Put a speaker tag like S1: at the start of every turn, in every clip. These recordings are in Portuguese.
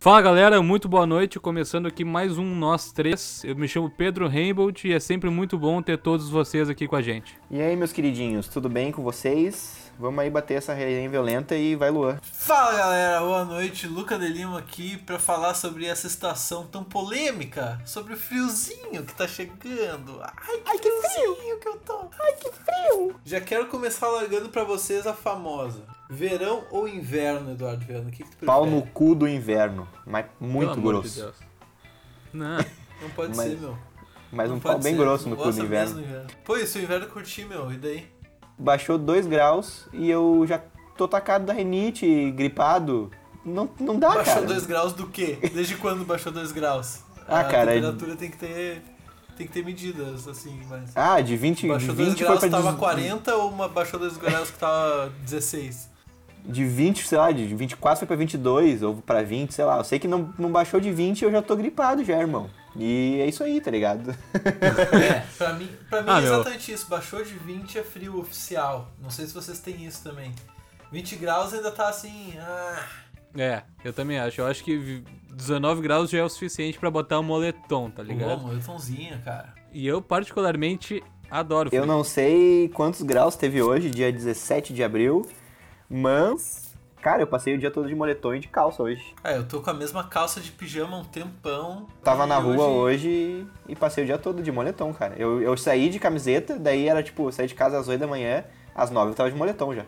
S1: Fala galera, muito boa noite. Começando aqui mais um Nós Três. Eu me chamo Pedro Reimbold e é sempre muito bom ter todos vocês aqui com a gente.
S2: E aí, meus queridinhos, tudo bem com vocês? Vamos aí bater essa resenha violenta e vai Luan.
S3: Fala galera, boa noite, Luca de Lima aqui para falar sobre essa estação tão polêmica, sobre o friozinho que tá chegando. Ai, que, friozinho que eu tô. Ai, que frio. Já quero começar largando para vocês a famosa. Verão ou inverno, Eduardo Verano? O que, que tu prefere?
S2: Pau no cu do inverno, mas
S1: Pelo
S2: muito
S1: amor de
S2: grosso.
S1: Deus. Não,
S3: Não pode
S2: Mas-
S3: ser, meu.
S2: mas
S3: Não
S2: um pau
S3: pode
S2: bem
S3: ser.
S2: grosso
S3: Não
S2: no cu do
S3: gosto
S2: inverno.
S3: mesmo do inverno. Pô, e se o inverno curtir, meu, e daí?
S2: Baixou 2 graus e eu já tô tacado da renite, gripado. Não, não dá,
S3: baixou
S2: Ah, cara.
S3: 2 graus do quê? Desde quando baixou 2 graus?
S2: Ah, cara,
S3: A
S2: é-
S3: temperatura tem que ter. Tem que ter medidas, assim, mas.
S2: Ah, de 20,
S3: Baixou
S2: de
S3: 2
S2: 20 foi
S3: graus
S2: pra
S3: que tava
S2: dez-
S3: 40 ou uma baixou 2 graus que tava 16?
S2: De 20, sei lá, de 24 foi pra 22 ou pra 20, sei lá. Eu sei que não, não baixou de 20 eu já tô gripado já, irmão. E é isso aí, tá ligado?
S3: É, pra mim, pra mim
S1: Ah,
S3: é
S1: meu.
S3: exatamente isso. Baixou de 20 é frio oficial. Não sei se vocês têm isso também. 20 graus ainda tá assim. Ah,
S1: é, eu também acho. Eu acho que vi- 19 graus já é o suficiente pra botar um moletom, tá ligado?
S3: bom, eu tãozinho, cara.
S1: E eu particularmente adoro
S2: Eu não sei quantos graus teve hoje, dia 17 de abril, mas, cara, eu passei o dia todo de moletom e de calça hoje.
S3: Ah, eu tô com a mesma calça de pijama há um tempão.
S2: Tava
S3: E
S2: na rua hoje e passei o dia todo de moletom, cara. Eu, eu saí de camiseta, daí era tipo, eu saí de casa às 8 da manhã, às 9 eu tava de moletom já.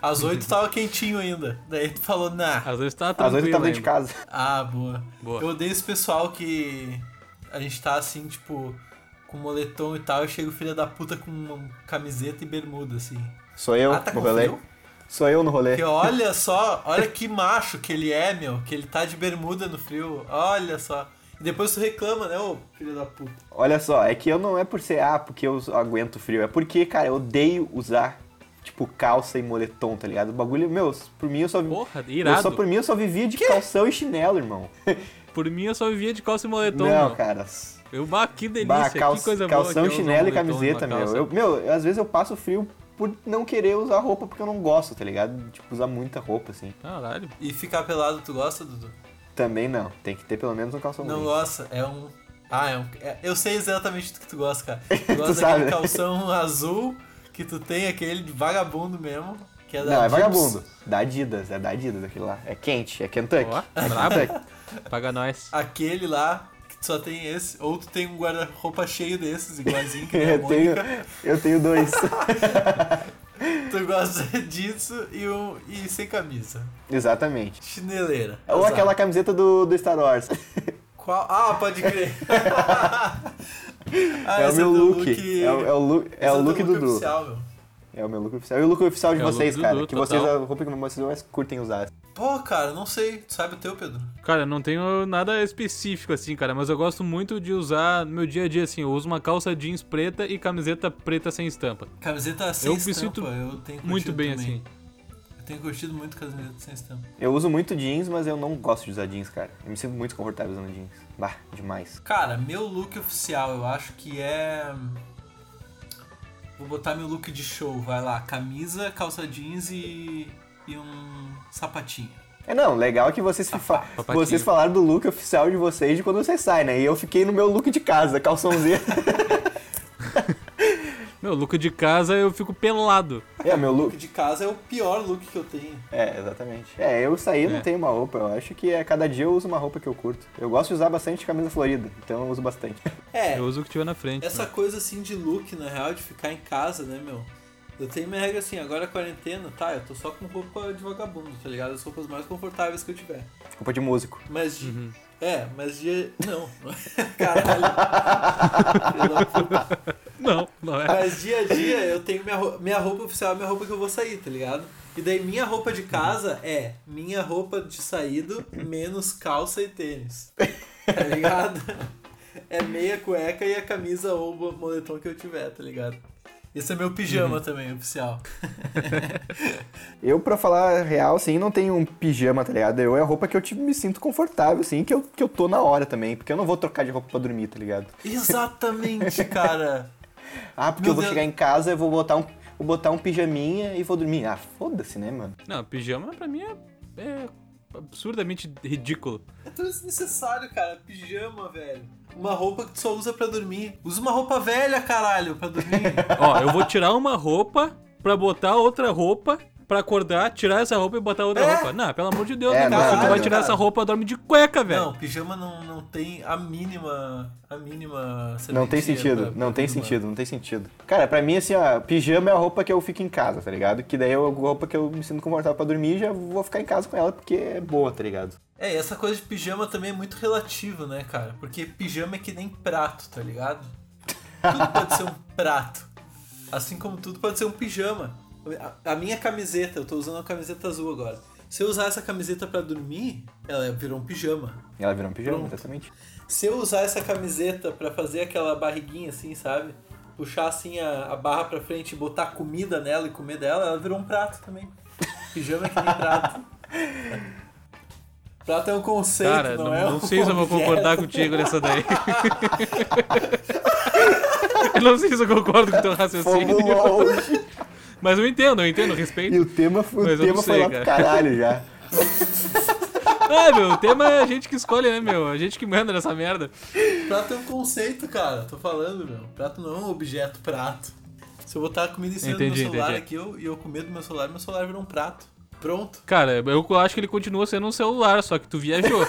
S3: Às 8 tava quentinho ainda. Daí tu falou, nah.
S1: Às vezes tá
S2: Às
S1: tranquilo
S2: 8 eu tava dentro de
S1: ainda.
S2: casa.
S3: Ah, boa.
S1: Boa.
S3: Eu odeio esse pessoal que a gente tá assim, tipo, com moletom e tal, e chega o filho da puta com uma camiseta e bermuda, assim.
S2: Sou eu
S3: ah, tá
S2: no
S3: com
S2: rolê.
S3: frio?
S2: Sou eu no rolê.
S3: Porque olha só, olha que macho que ele é, meu, que ele tá de bermuda no frio, olha só. E depois tu reclama, né, ô filho da puta.
S2: Olha só, é que eu não é por ser, ah, porque eu aguento frio. É porque, cara, eu odeio usar, tipo, calça e moletom, tá ligado? O bagulho, meu, por mim eu só...
S1: Porra,
S2: eu
S1: irado.
S2: só, por mim eu só vivia de calção e chinelo, irmão.
S1: Por mim eu só vivia de calça e moletom.
S2: não,
S1: meu.
S2: cara.
S1: Eu, bah, que delícia,
S2: Bah,
S1: que
S2: calça-
S1: coisa boa.
S2: calção,
S1: que eu usar um
S2: chinelo e
S1: moletom numa
S2: camiseta, meu.
S1: calça.
S2: Eu, meu, às vezes eu passo frio por não querer usar roupa porque eu não gosto, tá ligado? Tipo, usar muita roupa, assim.
S1: Caralho.
S3: E ficar pelado, tu gosta, Dudu?
S2: Também não. Tem que ter pelo menos um calção
S3: Não
S2: ruim.
S3: gosta, é um. Ah, é um. é- eu sei exatamente do que tu gosta, cara. Tu gosta
S2: sabe,
S3: daquele
S2: né?
S3: calção azul que tu tem, aquele de vagabundo mesmo. Que é da
S2: Não, é
S3: Adidas.
S2: vagabundo. Da Adidas, é da Adidas aquele lá. É quente, é Kentucky.
S1: Ó,
S2: É
S1: brabo. Paga nós.
S3: Aquele lá que tu só tem esse. Ou tu tem um guarda-roupa cheio desses, igualzinho que nem a
S2: Eu tenho,
S3: Mônica.
S2: eu tenho dois.
S3: Tu gosta disso e, um, e sem camisa.
S2: Exatamente.
S3: Chineleira.
S2: Ou
S3: Azar.
S2: aquela camiseta do, do Star Wars.
S3: Qual? Ah, pode crer. Ah,
S2: é o
S3: esse
S2: meu
S3: do
S2: look. É, o- é o look,
S3: esse
S2: é o
S3: teu
S2: look Dudu.
S3: oficial, meu.
S2: É o meu look oficial. E o look oficial de
S1: É o look
S2: vocês,
S1: Dudu,
S2: cara. que vocês, a
S1: total.
S2: roupa que vocês mais curtem usar.
S3: Pô, cara, não sei. Tu sabe o teu, Pedro?
S1: Cara, eu não tenho nada específico assim, cara, mas eu gosto muito de usar no meu dia a dia assim. Eu uso uma calça jeans preta e camiseta preta sem estampa.
S3: Camiseta sem
S1: Eu me
S3: estampa,
S1: sinto
S3: eu tenho curtido
S1: Muito bem
S3: também.
S1: assim.
S3: Eu tenho curtido muito camiseta sem estampa.
S2: Eu uso muito jeans, mas eu não gosto de usar jeans, cara. Eu me sinto muito confortável usando jeans. Bah, demais.
S3: Cara, meu look oficial, eu acho que é... Vou botar meu look de show, vai lá. Camisa, calça jeans e, e um sapatinho.
S2: É não, legal que vocês, se fa-
S1: Ah, papatinho.
S2: vocês falaram do look oficial de vocês de quando vocês saem, né? E eu fiquei no meu look de casa, calçãozinho.
S1: Meu, look de casa eu fico pelado.
S2: é, meu
S3: O look
S2: look.
S3: de casa é o pior look que eu tenho.
S2: É, exatamente. É, eu saí
S1: É.
S2: não tenho uma roupa. Eu acho que é, cada dia eu uso uma roupa que eu curto. Eu gosto de usar bastante camisa florida, então eu uso bastante.
S3: É,
S1: Eu uso o que tiver na frente.
S3: essa
S1: né?
S3: coisa assim de look, na real, de ficar em casa, né, meu? Eu tenho minha regra assim, agora é quarentena, tá? Eu tô só com roupa de vagabundo, tá ligado? As roupas mais confortáveis que eu tiver.
S2: Roupa de músico.
S3: Mas de... É, mas de... Não. Caralho. Filho da puta.
S1: Não, não é.
S3: mas dia a dia eu tenho minha roupa, minha roupa oficial, é minha roupa que eu vou sair, tá ligado? E daí minha roupa de casa é minha roupa de saído menos calça e tênis. Tá ligado? É meia cueca e a camisa ou o moletom que eu tiver, tá ligado? Esse é meu pijama também, oficial.
S2: Eu, pra falar a real, assim, não tenho um pijama, tá ligado? Eu é a roupa que eu tipo, me sinto confortável, assim, que eu, que eu tô na hora também. Porque eu não vou trocar de roupa pra dormir, tá ligado?
S3: Exatamente, cara.
S2: Ah, porque
S3: Meu
S2: eu vou
S3: Deus.
S2: chegar em casa, eu vou botar um, vou botar um pijaminha e vou dormir. Ah, foda-se, né, mano?
S1: Não, pijama pra mim é, é absurdamente ridículo.
S3: É tudo desnecessário, cara. Pijama, velho. Uma roupa que tu só usa pra dormir. Usa uma roupa velha, caralho, pra dormir.
S1: Ó, eu vou tirar uma roupa pra botar outra roupa pra acordar, tirar essa roupa e botar outra
S3: É?
S1: roupa. Não, pelo amor de Deus,
S2: É,
S1: né, cara? Se tu vai
S3: caralho,
S1: tirar
S3: cara.
S1: essa roupa, dorme de cueca, velho.
S3: Não, pijama não, não tem a mínima. A mínima.
S2: Não tem
S3: serventia
S2: sentido,
S3: pra-
S2: não tem
S3: pra-
S2: sentido, não tem sentido. Cara, pra mim, assim, ó, pijama é a roupa que eu fico em casa, tá ligado? Que daí é a roupa que eu me sinto confortável pra dormir e já vou ficar em casa com ela porque é boa, tá ligado?
S3: É, e essa coisa de pijama também é muito relativo, né, cara? Porque pijama é que nem prato, tá ligado? Tudo pode ser um prato. Assim como tudo pode ser um pijama. A, a minha camiseta, eu tô usando uma camiseta azul agora. Se eu usar essa camiseta pra dormir, ela virou um pijama.
S2: E ela virou um pijama,
S3: Pronto.
S2: exatamente.
S3: Se eu usar essa camiseta pra fazer aquela barriguinha assim, sabe? Puxar assim a, a barra pra frente e botar comida nela e comer dela, ela virou um prato também. Pijama é que nem prato. prato é um conceito,
S1: Cara,
S3: não,
S1: não,
S3: é
S1: não
S3: um
S1: sei se eu vou
S3: objeto.
S1: concordar contigo nessa daí. eu não sei se eu concordo com o teu
S2: Fomos
S1: raciocínio.
S2: longe.
S1: Mas eu entendo, eu entendo, respeito.
S2: E o tema, o
S1: Mas eu
S2: tema
S1: não
S2: foi
S1: sei,
S2: lá pro
S1: cara. caralho
S2: caralho já.
S1: Ah, meu, o tema é a gente que escolhe, né, meu? A gente que manda nessa merda.
S3: Prato é um conceito, cara. Tô falando, meu. Prato não é um objeto, prato. Se eu botar a comida em cima
S1: Entendi,
S3: do meu celular
S1: entendi.
S3: aqui eu- e eu, comer do meu celular, meu celular virou um prato. Pronto.
S1: Cara, eu acho que ele continua sendo um celular, só que tu viajou.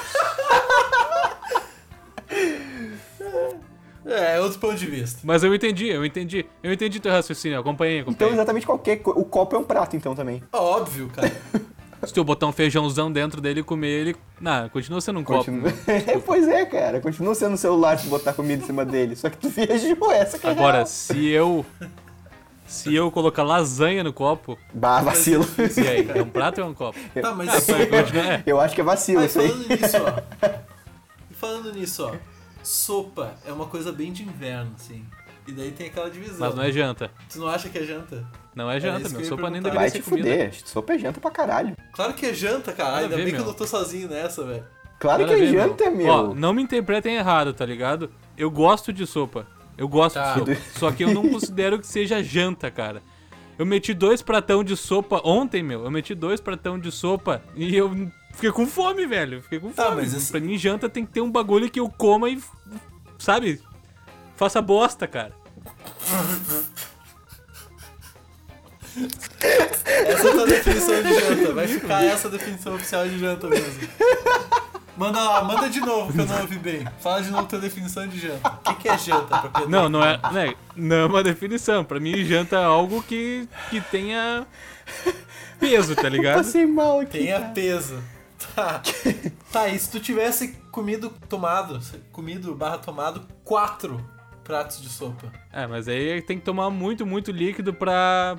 S3: É, é outro ponto de vista.
S1: Mas eu entendi, eu entendi. Eu entendi teu raciocínio, acompanhei,
S2: Então,
S1: acompanhei.
S2: exatamente qualquer co- O copo é um prato, então, também.
S3: Óbvio, cara.
S2: Então-
S1: Se tu botar um feijãozão dentro dele e comer ele. Não, continua sendo um
S2: Continua...
S1: copo. meu.
S2: pois é, cara. Continua sendo o celular se botar comida em cima dele. Só que tu viajou essa, cara.
S1: Agora, se eu. Se eu colocar lasanha no copo,
S2: Bah, vacilo.
S1: e aí? É um prato ou é um copo?
S3: Tá, mas.
S1: É.
S2: Eu acho que é vacilo
S3: Mas
S2: isso aí.
S3: falando nisso, ó. E falando nisso, ó. Sopa é uma coisa bem de inverno, assim. E daí tem aquela divisão.
S1: Mas não é janta.
S3: Tu não acha que é janta?
S1: Não é janta,
S3: isso
S1: meu.
S3: que eu ia
S1: Sopa nem
S3: perguntar.
S1: deveria
S2: Vai
S1: ser
S2: te
S1: comida.
S2: fuder. Sopa é janta pra caralho.
S3: Claro que é janta,
S1: Nada
S3: cara.
S1: a
S3: Ainda
S1: ver,
S3: bem que
S1: meu.
S3: eu não tô sozinho nessa, velho.
S2: Claro
S1: Nada a
S2: que é
S1: ver,
S2: janta, meu.
S1: Ó, não me interpretem errado, tá ligado? Eu gosto de sopa. Eu gosto
S3: Tá.
S1: de sopa. Só que eu não considero que seja janta, cara. Eu meti dois pratão de sopa ontem, meu. Eu meti dois pratão de sopa e eu fiquei com fome, velho. Fiquei com
S3: Tá,
S1: fome.
S3: mas esse-
S1: Pra mim, janta tem que ter um bagulho que eu coma e, sabe, faça bosta, cara.
S3: Essa é a tua definição de janta. Vai ficar essa a definição oficial de janta mesmo. Manda lá, manda de novo que eu não ouvi bem. Fala de novo tua definição de janta. O que, que é janta, propriedade?
S1: Não, não é, né, não é uma definição. Pra mim, janta é algo que, que tenha peso, tá ligado?
S2: Passei mal aqui.
S3: Tenha peso. Tá. tá, e se tu tivesse comido tomado, comido barra tomado, quatro pratos de sopa?
S1: É, mas aí tem que tomar muito, muito líquido pra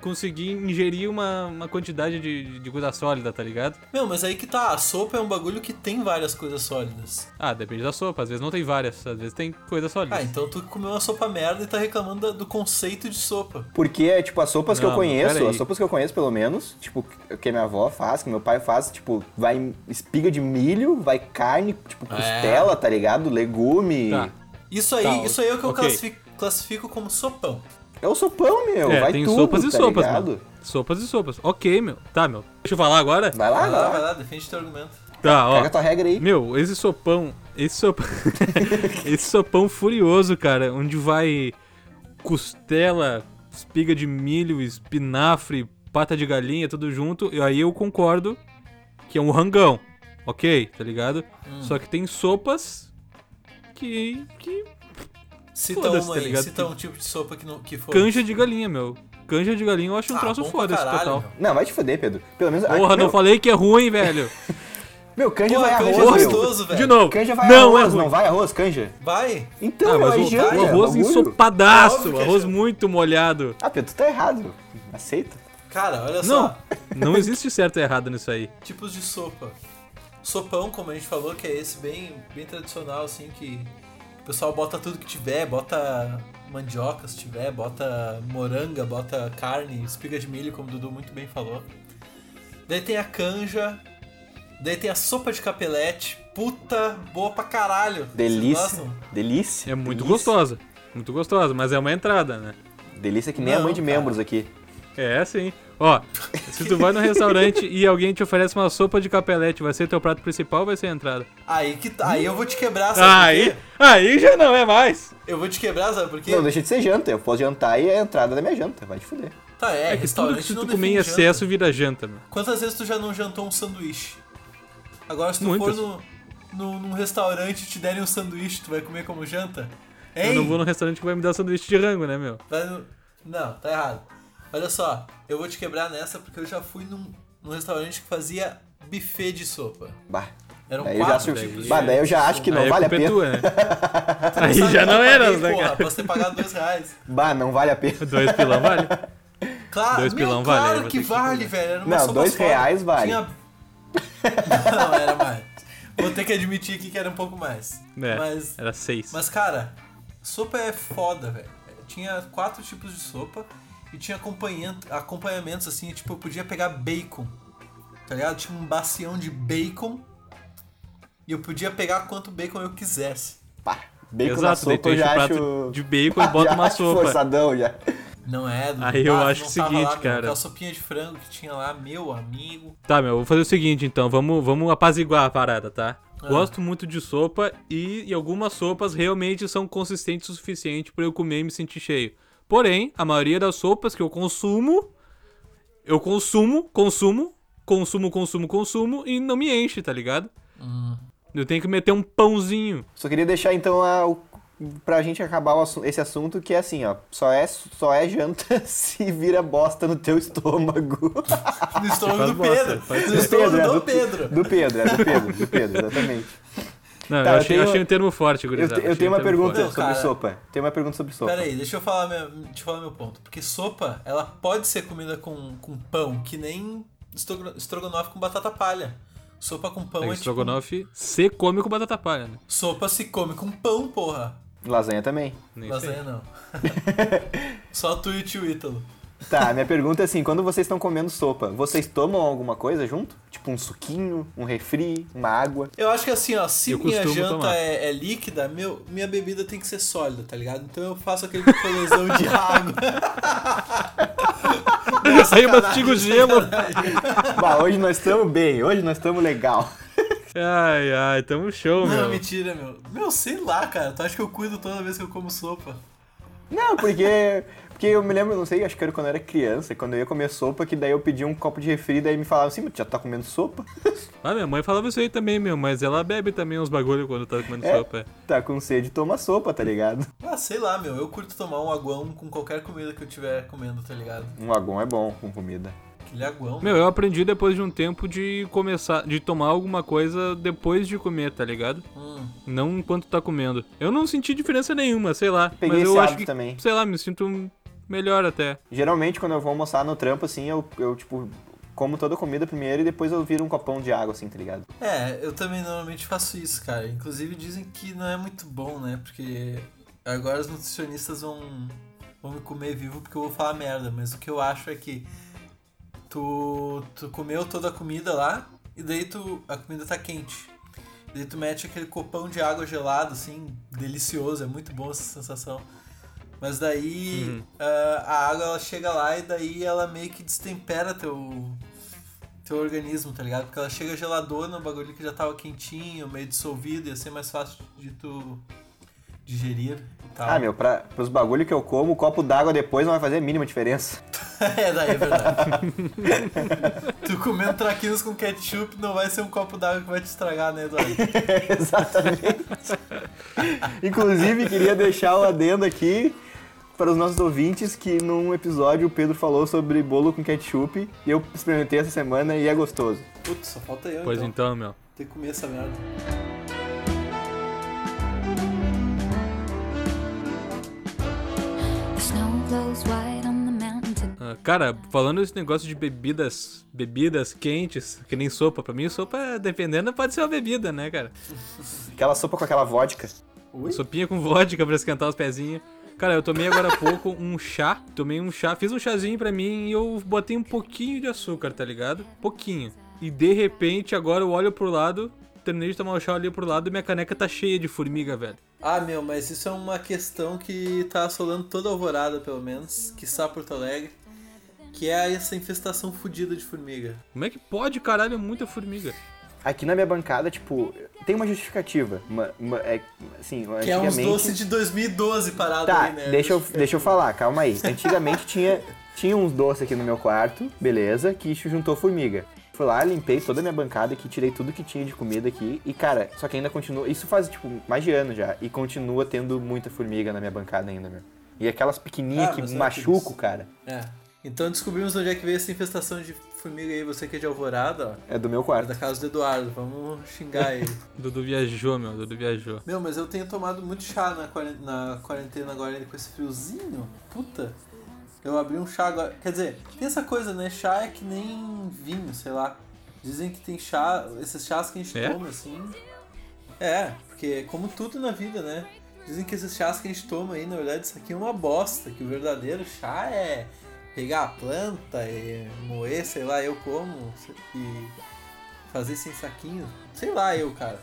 S1: conseguir ingerir uma, uma quantidade de, de coisa sólida, tá ligado?
S3: Meu, mas aí que tá, a sopa é um bagulho que tem várias coisas sólidas.
S1: Ah, depende da sopa. Às vezes não tem várias, às vezes tem coisa sólida.
S3: Ah, então tu comeu uma sopa merda e tá reclamando da- do conceito de sopa.
S2: Porque, tipo, as sopas que
S1: Não,
S2: eu
S1: pera
S2: conheço,
S1: aí.
S2: as sopas que eu conheço, pelo menos, tipo, que minha avó faz, que meu pai faz, tipo, vai em espiga de milho, vai carne, tipo, costela, tá ligado? Legume.
S1: Tá.
S3: Isso aí,
S1: Tá,
S3: isso aí é o que eu
S1: ok.
S3: classifico, classifico como sopão.
S2: É o sopão, meu.
S1: é,
S2: vai
S1: tem
S2: tudo,
S1: sopas e
S2: tá
S1: sopas,
S2: ligado?
S1: mano. Sopas e sopas. Ok, meu. Tá, meu. Deixa eu falar agora?
S2: Vai lá,
S3: Vai lá, vai
S2: vai lá.
S3: lá, defende teu argumento.
S1: Tá, ó.
S2: Pega a tua regra aí.
S1: Meu, esse sopão. Esse sopão. esse sopão furioso, cara. Onde vai costela, espiga de milho, espinafre, pata de galinha, tudo junto. E aí eu concordo que é um rangão. Ok, tá ligado?
S3: Hum.
S1: Só que tem sopas que. que.
S3: Cita
S1: Foda-se,
S3: uma
S1: tá
S3: aí,
S1: ligado?
S3: cita um tipo de sopa que, não, que foi.
S1: canja de galinha, meu. Canja de galinha eu acho um
S3: Ah,
S1: troço
S3: bom pra
S1: foda-se
S3: caralho,
S1: total.
S3: meu.
S2: Não, vai te foder, Pedro. Pelo menos.
S1: Porra,
S2: meu,
S1: não falei que é ruim, velho.
S2: Meu, canja
S3: Pô,
S2: vai
S3: canja é
S2: arroz,
S1: Porra,
S2: meu.
S3: gostoso, velho.
S1: de novo.
S2: Canja vai
S1: não, é
S2: arroz,
S1: ruim.
S2: não vai arroz, canja.
S3: Vai?
S2: Então,
S1: ah,
S2: meu,
S1: mas
S2: aí
S1: o,
S2: janta,
S1: o arroz
S2: bagulho.
S1: ensopadaço,
S3: Óbvio que é
S1: arroz
S3: janta.
S1: muito molhado.
S2: Ah, Pedro, tu tá errado. Aceita.
S3: Cara, olha
S1: Não,
S3: só.
S1: não existe certo e errado nisso aí.
S3: Tipos de sopa. Sopão, como a gente falou, que é esse bem, bem tradicional, assim, que o pessoal bota tudo que tiver, bota mandioca se tiver, bota moranga, bota carne, espiga de milho, como o Dudu muito bem falou. Daí tem a canja, daí tem a sopa de capelete, puta boa pra caralho. Vocês
S2: Delícia.
S3: gostam?
S2: Delícia.
S1: É muito
S2: delícia.
S1: gostosa. Muito gostosa, mas é uma entrada, né?
S2: Delícia que nem a
S3: Não,
S2: mãe de
S3: cara.
S2: membros aqui.
S1: É, sim. Ó, se tu vai no restaurante e alguém te oferece uma sopa de capelete, vai ser teu prato principal ou vai ser a entrada?
S3: Aí, que, tá- aí eu vou te quebrar, sabe
S1: Ah, Aí,
S3: por quê?
S1: aí já não é mais.
S3: Eu vou te quebrar, sabe por quê?
S2: Não, deixa de ser janta. Eu posso jantar e é a entrada da minha janta. Vai te fuder.
S3: Tá, é,
S1: É que tudo
S3: restaurante
S1: que
S3: não né?
S1: tu comer em
S3: define janta.
S1: excesso vira janta, meu.
S3: Quantas vezes tu já não jantou um sanduíche? Agora, se tu
S1: Muitas.
S3: for no, no, num restaurante e te derem um sanduíche, tu vai comer como janta? Hein?
S1: Eu não vou num restaurante que vai me dar sanduíche de rango, né, meu?
S3: Vai no- Não, tá errado. Olha só, eu vou te quebrar nessa porque eu já fui num, num restaurante que fazia buffet de sopa.
S2: Bah.
S3: Eram
S2: Daí eu já,
S3: quatro
S2: acho,
S3: tipos de
S2: bah, daí eu já acho que não
S1: aí
S2: vale a
S1: culpa é
S2: pena.
S1: tua, né? aí
S3: Sabe,
S1: já
S3: eu
S1: não era,
S3: paguei,
S1: né,
S3: porra,
S1: cara?
S3: Posso ter pagado dois reais.
S2: Bah, não vale a pena.
S1: Dois pilão, vale? É,
S3: Claro,
S1: Dois
S3: meu,
S1: pilão vale, aí
S3: claro
S1: vou
S3: que
S1: ter que
S3: vale,
S1: comer.
S3: velho. Era uma
S2: Não,
S3: sopa
S2: dois
S3: só.
S2: reais vale.
S3: Tinha- Não, era mais. Vou ter que admitir aqui que era um pouco mais.
S1: É,
S3: Mas,
S1: era seis.
S3: mas, cara, sopa é foda, velho. Tinha quatro tipos de sopa e tinha acompanhamento, acompanhamentos, assim, tipo, eu podia pegar bacon, tá ligado? Tinha um bacião de bacon e eu podia pegar quanto bacon eu quisesse.
S2: Pá, bacon na
S1: Exato, daí
S2: sopa
S1: tu
S2: eu
S1: enche o
S2: já
S1: prato
S2: acho...
S1: de bacon e bota
S2: já
S1: uma
S2: acho
S1: sopa.
S2: forçadão já.
S3: Não é, Dudu?
S1: Aí eu
S3: Ah,
S1: acho
S3: não
S1: o
S3: tava
S1: seguinte,
S3: lá, meu,
S1: cara.
S3: Aquela sopinha de frango que tinha lá, meu amigo.
S1: Tá, meu, vou fazer o seguinte então, vamos, vamos apaziguar a parada, tá?
S3: Ah.
S1: Gosto muito de sopa e, e algumas sopas realmente são consistentes o suficiente pra eu comer e me sentir cheio. Porém, a maioria das sopas que eu consumo, eu consumo, consumo, consumo, consumo, consumo e não me enche, tá ligado? Eu tenho que meter um pãozinho.
S2: Só queria deixar então a, o, pra gente acabar o assu- esse assunto que é assim, ó. Só é, só é janta se vira bosta no teu estômago.
S3: No estômago
S1: faz
S3: do
S1: bosta,
S3: Pedro.
S1: faz-
S3: No estômago
S2: é,
S3: do Pedro.
S2: Do Pedro, é do Pedro, do Pedro, exatamente.
S1: Não,
S2: Tá,
S1: eu,
S2: eu
S1: achei, eu
S2: tenho-
S1: achei um termo forte,
S2: Eu,
S1: gurizada.
S2: te- eu
S1: achei
S2: tenho
S1: um
S2: uma
S1: termo
S2: pergunta
S1: forte.
S3: Não,
S2: sobre
S3: cara.
S2: sopa. Tenho uma pergunta sobre sopa.
S3: Pera aí, deixa eu falar meu, deixa eu falar meu ponto. Porque sopa, ela pode ser comida com, com pão, que nem estogro- estrogonofe com batata palha. Sopa com pão
S1: É,
S3: é,
S1: estrogonofe, se come com batata palha, né?
S3: tipo... Sopa se come com pão, porra.
S2: Lasanha também.
S1: Nem sei.
S3: Lasanha não. Só tu e o tio Ítalo.
S2: Tá, minha pergunta é assim, quando vocês estão comendo sopa, vocês tomam alguma coisa junto? Tipo um suquinho, um refri, uma água?
S3: Eu acho que assim, ó, se
S1: Eu
S3: minha
S1: costumo
S3: janta
S1: tomar.
S3: é, é líquida, meu, minha bebida tem que ser sólida, tá ligado? Então eu faço aquele colisão de água.
S1: Aí eu mastigo gelo.
S2: Bah, hoje nós estamos bem, hoje nós estamos legal.
S1: Ai, ai, tamo um show,
S3: Não,
S1: meu.
S3: mentira, meu. Meu, sei lá, cara. Tu acha que eu cuido toda vez que eu como sopa?
S2: Não, porque. Porque eu me lembro, não sei, acho que era quando eu era criança, quando eu ia comer sopa, que daí eu pedi um copo de refri, daí me falavam assim, mas tu já tá comendo sopa?
S1: Ah, minha mãe falava isso aí também, meu, mas ela bebe também uns bagulho quando tá comendo
S2: É.
S1: sopa.
S2: Tá com sede, toma sopa, tá ligado?
S3: Ah, sei lá, meu. Eu curto tomar um aguão com qualquer comida que eu tiver comendo, tá ligado?
S2: Um aguão é bom com comida.
S3: Aquele aguão.
S1: Meu, eu aprendi depois de um tempo de começar, de tomar alguma coisa depois de comer, tá ligado?
S3: Hum.
S1: Não enquanto tá comendo. Eu não senti diferença nenhuma, sei lá.
S2: Peguei
S1: mas eu
S2: esse
S1: acho
S2: hábito
S1: que,
S2: também. Então.
S1: sei lá, me sinto melhor até.
S2: Geralmente, quando eu vou almoçar no trampo, assim, eu, eu tipo, como toda a comida primeiro e depois eu viro um copão de água, assim, tá ligado?
S3: É, eu também normalmente faço isso, cara. Inclusive dizem que não é muito bom, né? Porque agora os nutricionistas vão, vão me comer vivo porque eu vou falar merda. Mas o que eu acho é que tu, tu comeu toda a comida lá e daí tu, a comida tá quente. E daí tu mete aquele copão de água gelado, assim, delicioso. É muito bom essa sensação. Mas daí
S1: Uhum.
S3: ah, a água ela chega lá e daí ela meio que destempera teu, teu organismo, tá ligado? Porque ela chega geladona, um bagulho que já tava quentinho, meio dissolvido, ia ser mais fácil de tu digerir e tal.
S2: Ah, meu, pra, pros bagulho que eu como, o copo d'água depois não vai fazer a mínima diferença.
S3: é, daí é verdade. tu comendo traquinas com ketchup não vai ser um copo d'água que vai te estragar, né, Eduardo?
S2: Exatamente. Inclusive, queria deixar o adendo aqui para os nossos ouvintes que num episódio o Pedro falou sobre bolo com ketchup e eu experimentei essa semana e é gostoso.
S3: Putz, só falta eu,
S1: Pois então,
S3: então.
S1: meu.
S3: Tem que comer essa merda.
S4: The snow glows white on the mountain today.
S1: Ah, Cara, falando esse negócio de bebidas, bebidas quentes, que nem sopa, pra mim sopa, dependendo, pode ser uma bebida, né, cara?
S2: Aquela sopa com aquela vodka.
S3: Ui?
S1: Sopinha com vodka pra esquentar os pezinhos. Cara, eu tomei agora há pouco um chá. Tomei um chá, fiz um chazinho pra mim e eu botei um pouquinho de açúcar, tá ligado? Pouquinho. E de repente, agora eu olho pro lado, terminei de tomar o chá ali pro lado e minha caneca tá cheia de formiga, velho.
S3: Ah, meu, mas isso é uma questão que tá assolando toda a alvorada, pelo menos, que está Porto Alegre. que é essa infestação fodida de formiga.
S1: Como é que pode, caralho? É muita formiga.
S2: Aqui na minha bancada, tipo, tem uma justificativa. Uma, uma- é, assim,
S3: Que é uns
S2: antigamente-
S3: doces de 2012 parado
S2: Tá,
S3: aí, né?
S2: deixa eu, deixa eu falar, calma aí. Antigamente tinha, tinha uns doces aqui no meu quarto, beleza, que isso juntou formiga. Fui lá, limpei toda a minha bancada aqui, tirei tudo que tinha de comida aqui. E, cara, só que ainda continua. Isso faz, tipo, mais de ano já. E continua tendo muita formiga na minha bancada ainda, meu. E aquelas pequenininhas
S3: Ah,
S2: que
S3: mas é
S2: machuco,
S3: isso.
S2: cara.
S3: É. Então descobrimos onde é que veio essa infestação de formiga aí, você que é de Alvorada, ó.
S2: É do meu
S3: É da
S2: quarto.
S3: casa do Eduardo, vamos xingar ele.
S1: Dudu viajou, meu. Dudu viajou.
S3: Meu, mas eu tenho tomado muito chá na quarentena, na quarentena agora com esse friozinho. Puta. Eu abri um chá agora. Quer dizer, tem essa coisa, né? Chá é que nem vinho, sei lá. Dizem que tem chá, esses chás que a gente
S1: É?
S3: toma, assim. É, porque como tudo na vida, né? Dizem que esses chás que a gente toma aí, na verdade, isso aqui é uma bosta, que o verdadeiro chá é pegar a planta e moer, sei lá, eu como, e fazer sem saquinho. Sei lá, eu, cara.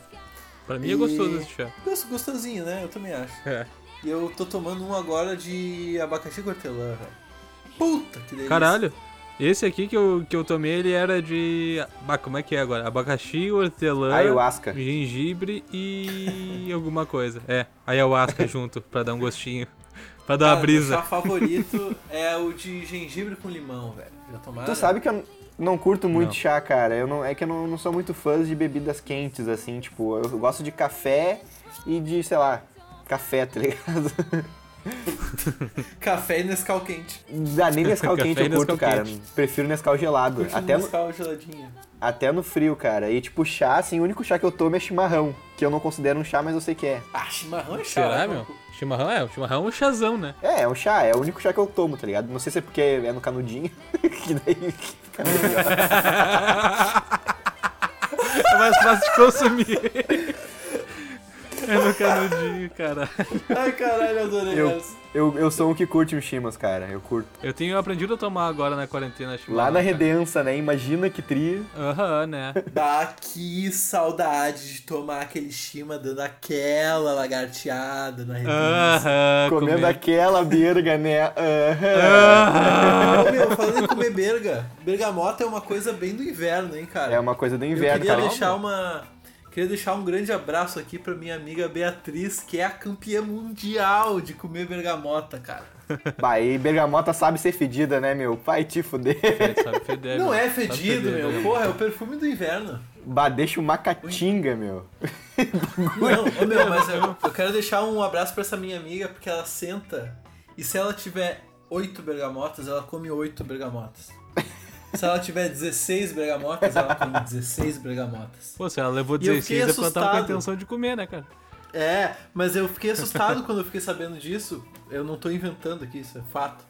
S1: Pra mim é
S3: E-
S1: gostoso esse chá.
S3: Gosto- Gostosinho, né? Eu também acho.
S1: É.
S3: E eu tô tomando um agora de abacaxi com hortelã, velho. Puta que
S2: É
S3: delícia.
S1: Caralho. Esse aqui que eu, que eu tomei, ele era de. Ah, como é que é agora? Abacaxi, hortelã,
S2: Ayahuasca.
S1: gengibre e alguma coisa. É, ayahuasca junto, pra dar um gostinho. Pra dar
S3: Cara,
S2: Ah,
S1: uma
S3: Meu
S1: brisa.
S3: chá favorito é o de gengibre com limão, velho. Já tomaram?
S2: Tu sabe que eu não curto muito
S1: Não.
S2: chá, cara. Eu não, é que eu não, não sou muito fã de bebidas quentes, assim, tipo, eu gosto de café e de, sei lá, café, tá ligado?
S3: Café e Nescau quente.
S2: Dá nem Nescau
S1: Café
S2: quente
S1: e
S2: eu
S1: Nescau
S2: curto, cara.
S1: quente.
S2: Prefiro Nescau gelado.
S3: Curte um
S2: Até no,
S3: Nescau geladinho.
S2: até no frio, cara. E tipo, chá, assim, o único chá que eu tomo é chimarrão. Que eu não considero um chá, mas eu sei que é.
S3: Ah, chimarrão é chá.
S1: Será,
S3: né?
S2: então.
S1: meu? Chimarrão é, o chimarrão é um chazão, né?
S2: É, é um chá, é o único chá que eu tomo, tá ligado? Não sei se é porque é no canudinho, que daí fica melhor.
S1: É mais fácil de consumir. É no canudinho, caralho.
S3: Ai, caralho, eu adorei
S2: Eu-
S3: essa.
S2: Eu, eu sou um que curte os chimas, cara. Eu curto.
S1: Eu tenho aprendido a tomar agora na quarentena chimarrão.
S2: Lá na
S1: cara.
S2: Redença, né? Imagina que tri.
S1: Aham, né?
S3: Bah, que saudade de tomar aquele chima dando aquela lagarteada na
S1: Ah.
S3: redenção.
S1: Aham,
S2: Comendo
S1: comer.
S2: aquela berga, né? Aham.
S1: Aham.
S3: Ô, meu, falando em comer berga, bergamota é uma coisa bem do inverno, hein, cara?
S2: É uma coisa do
S3: Eu
S2: inverno,
S3: queria
S2: cara.
S3: deixar uma. Queria deixar um grande abraço aqui pra minha amiga Beatriz, que é a campeã mundial de comer bergamota, cara.
S2: Bah, e bergamota sabe ser fedida, né, meu? Vai te fuder.
S1: Sabe feder,
S3: Não
S1: meu. tá
S3: é
S1: Sabe
S3: fedido,
S1: feder, né?
S3: meu. Porra, é o perfume do inverno.
S2: Bah, deixa o macatinga, meu.
S3: Não, ô, meu, mas eu, eu quero deixar um abraço pra essa minha amiga, porque ela senta e se ela tiver oito bergamotas, ela come oito bergamotas. Se ela tiver 16 bergamotas, ela come 16 bergamotas.
S1: Pô, se ela levou
S3: E eu fiquei
S1: 16, é porque ela tava com a
S3: assustado.
S1: intenção de comer, né, cara?
S3: É, mas eu fiquei assustado quando eu fiquei sabendo disso. Eu não tô inventando aqui, isso é fato.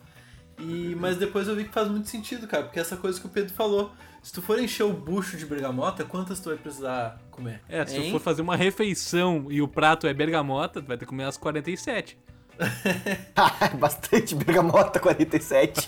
S3: E, mas depois eu vi que faz muito sentido, cara, porque é essa coisa que o Pedro falou. Se tu for encher o bucho de bergamota, quantas tu vai precisar comer?
S1: É, se
S3: Hein?
S1: tu for fazer uma refeição e o prato é bergamota, tu vai ter que comer as 47.
S2: Bastante bergamota 47.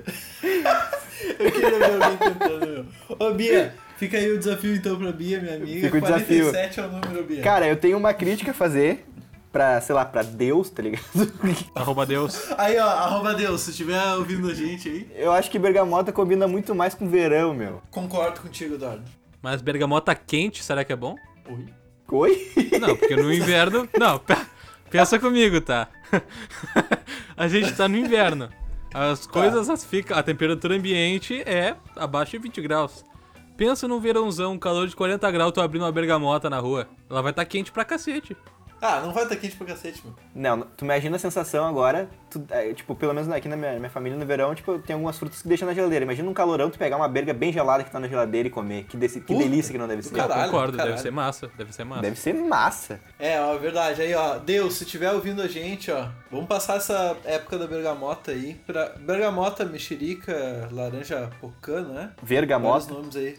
S3: Eu queria ver alguém tentando, meu. Ô, Bia, fica aí o desafio então pra Bia, minha amiga.
S2: Fica o desafio.
S3: 47 é o número, Bia.
S2: Cara, eu tenho uma crítica a fazer pra, sei lá, pra Deus, tá ligado?
S1: Arroba Deus.
S3: Aí, ó, arroba Deus, se estiver ouvindo a gente aí.
S2: Eu acho que bergamota combina muito mais com verão, meu.
S3: Concordo contigo, Eduardo.
S1: Mas bergamota quente, será que é bom?
S3: Oi.
S2: Oi?
S1: Não, porque no inverno. Não, pe- pensa comigo, tá? A gente tá no inverno. As
S3: Tá.
S1: coisas as ficam. A temperatura ambiente é abaixo de 20 graus. Pensa num verãozão, um calor de 40 graus, tu abrindo uma bergamota na rua. Ela vai estar tá quente pra cacete.
S3: Ah, não vai estar quente pra cacete, meu.
S2: Não, tu imagina a sensação agora, tu- é, tipo, pelo menos aqui na minha, minha família no verão, tipo, tem algumas frutas que deixa na geladeira. Imagina um calorão, tu pegar uma berga bem gelada que tá na geladeira e comer. Que, desse- que
S3: Puta
S2: delícia que não deve ser.
S3: caralho.
S1: Concordo,
S3: caralho.
S1: deve ser massa. Deve ser massa.
S2: Deve ser massa.
S3: É, ó, verdade. Aí, ó, Deus, se tiver ouvindo a gente, ó, vamos passar essa época da bergamota aí. Pra... Bergamota, mexerica, laranja pocã, né? Vários
S2: Vergamota.
S3: nomes aí.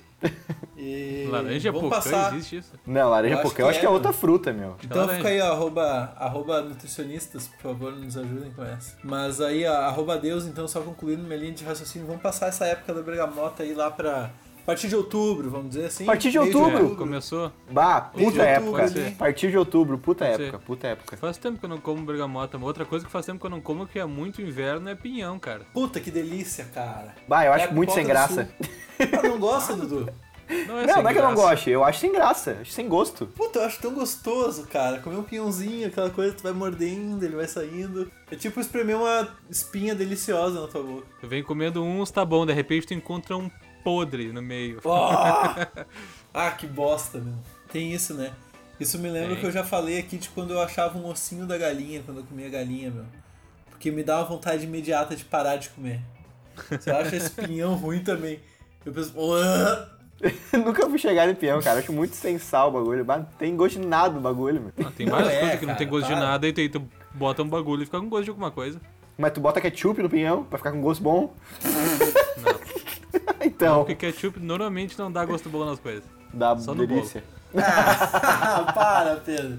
S3: E
S1: Laranja
S3: vamos
S1: pocã,
S3: passar.
S1: existe isso.
S2: Não, laranja
S3: Eu acho
S2: pocã eu
S3: que
S2: acho
S3: é,
S2: que é
S3: meu.
S2: outra fruta, meu.
S3: Então
S1: Laranja.
S3: fica aí, ó, arroba, arroba nutricionistas, por favor, nos ajudem com essa. Mas aí, ó, arroba Deus, então, só concluindo minha linha de raciocínio, vamos passar essa época da bergamota aí lá pra, pra partir de outubro, vamos dizer assim.
S2: A partir de
S3: meio
S2: outubro.
S1: É, começou?
S2: Bah,
S3: Mês de
S2: puta
S3: outubro
S2: época.
S3: ali.
S2: Partir de outubro, puta
S1: Pode ser.
S2: época, puta época.
S1: Faz tempo que eu não como bergamota. mano. Outra coisa que faz tempo que eu não como, que é muito inverno, é pinhão, cara.
S3: Puta que delícia, cara.
S2: Bah, eu acho
S3: É a
S2: muito
S3: pipoca
S2: sem
S3: do
S2: graça.
S3: Sul. Ah, não gosta, Dudu?
S1: Não é,
S2: Não,
S1: sem
S2: não é que eu não
S1: graça.
S2: goste, eu acho sem graça, acho sem gosto.
S3: Puta, eu acho tão gostoso, cara. Comer um pinhãozinho, aquela coisa, tu vai mordendo, ele vai saindo. É tipo espremer uma espinha deliciosa na tua boca.
S1: Tu vem comendo uns, tá bom. De repente tu encontra um podre no meio.
S3: Ó! ah, que bosta, meu. Tem isso, né? Isso me lembra
S1: Tem.
S3: que eu já falei aqui de quando eu achava um ossinho da galinha, quando eu comia galinha, meu. Porque me dá uma vontade imediata de parar de comer. Se eu acho esse pinhão ruim também. Eu penso. "Uah!"
S2: Nunca fui chegar em peão, cara. Acho muito sem sal o bagulho. Bah, não tem gosto de nada o bagulho, meu.
S1: Ah, tem
S3: Não
S1: várias
S3: é,
S1: coisas que não
S3: cara,
S1: tem gosto de
S3: para.
S1: nada e tu, e tu bota um bagulho e fica com gosto de alguma coisa.
S2: Mas tu bota ketchup no pinhão pra ficar com gosto bom? então,
S1: Porque ketchup normalmente não dá gosto bom nas coisas.
S2: dá
S1: só no
S2: delícia.
S3: Ah, para, Pedro.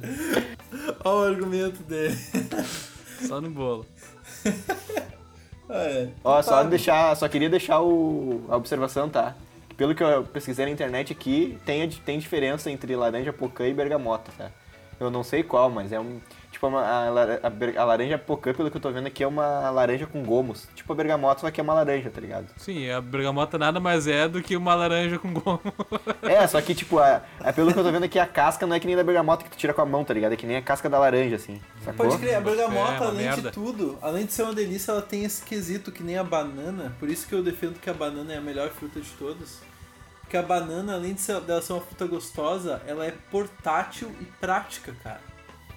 S3: Olha o argumento dele.
S1: Só no bolo.
S3: Ah, é.
S2: Ó, só
S3: Para.
S2: deixar, só queria deixar o- a observação, tá? Que Pelo que eu pesquisei na internet aqui, tem, a di- tem diferença entre laranja pocã e bergamota, tá? Eu não sei qual, mas é um. Tipo, uma- a, lar- a ber- a laranja pocã, pelo que eu tô vendo aqui, é uma laranja com gomos. Tipo a bergamota, só que é uma laranja, tá ligado?
S1: Sim, a bergamota nada mais é do que uma laranja com gomo.
S2: É, só que, tipo, a, a- pelo que eu tô vendo aqui, a casca não é que nem da bergamota que tu tira com a mão, tá ligado? É que nem a casca da laranja, assim. Sacou?
S3: Pode crer, a bergamota,
S1: É, uma
S3: além
S1: merda.
S3: de tudo, além de ser uma delícia, ela tem esse quesito que nem a banana. Por isso que eu defendo que a banana é a melhor fruta de todas. Porque a banana, além de ser, dela ser uma fruta gostosa, ela é portátil e prática, cara.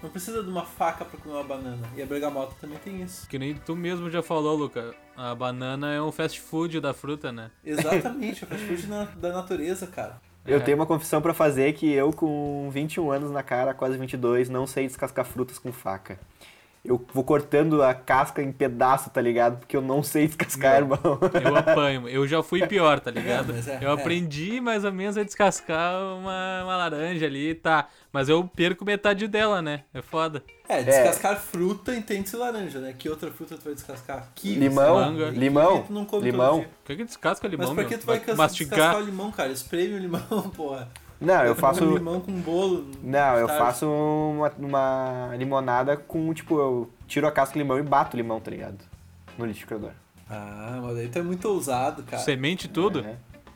S3: Não precisa de uma faca pra comer uma banana. E a bergamota também tem isso.
S1: Que nem tu mesmo já falou, Luca. A banana é um fast food da fruta, né?
S3: Exatamente, é fast food na- da natureza, cara.
S2: Eu tenho uma confissão pra fazer que eu, com 21 anos na cara, quase 22, não sei descascar frutas com faca. Eu vou cortando a casca em pedaço, tá ligado? Porque eu não sei descascar, irmão.
S1: Eu apanho. Eu já fui pior, tá ligado?
S3: É, mas é,
S1: eu
S3: é.
S1: aprendi mais ou menos a descascar uma, uma laranja ali, tá. Mas eu perco metade dela, né? É foda.
S3: É, descascar fruta entende-se laranja, né? Que outra fruta tu vai descascar? Kiwi.
S2: Limão,
S1: manga.
S2: limão,
S3: Tu não come todo
S2: limão.
S3: dia.
S1: O que que descasca limão,
S3: Mas pra que
S1: meu?
S3: tu vai cas- descascar
S1: mastigar.
S3: o limão, cara? Espreme o limão, porra.
S2: Não, eu
S3: Um
S2: faço... Né?
S3: limão com bolo.
S2: Não, eu
S3: Tá.
S2: faço uma, uma limonada com, tipo, eu tiro a casca do limão e bato o limão, tá ligado? No liquidificador.
S3: Ah, mas aí tu é muito ousado, cara.
S1: Semente tudo?
S2: né?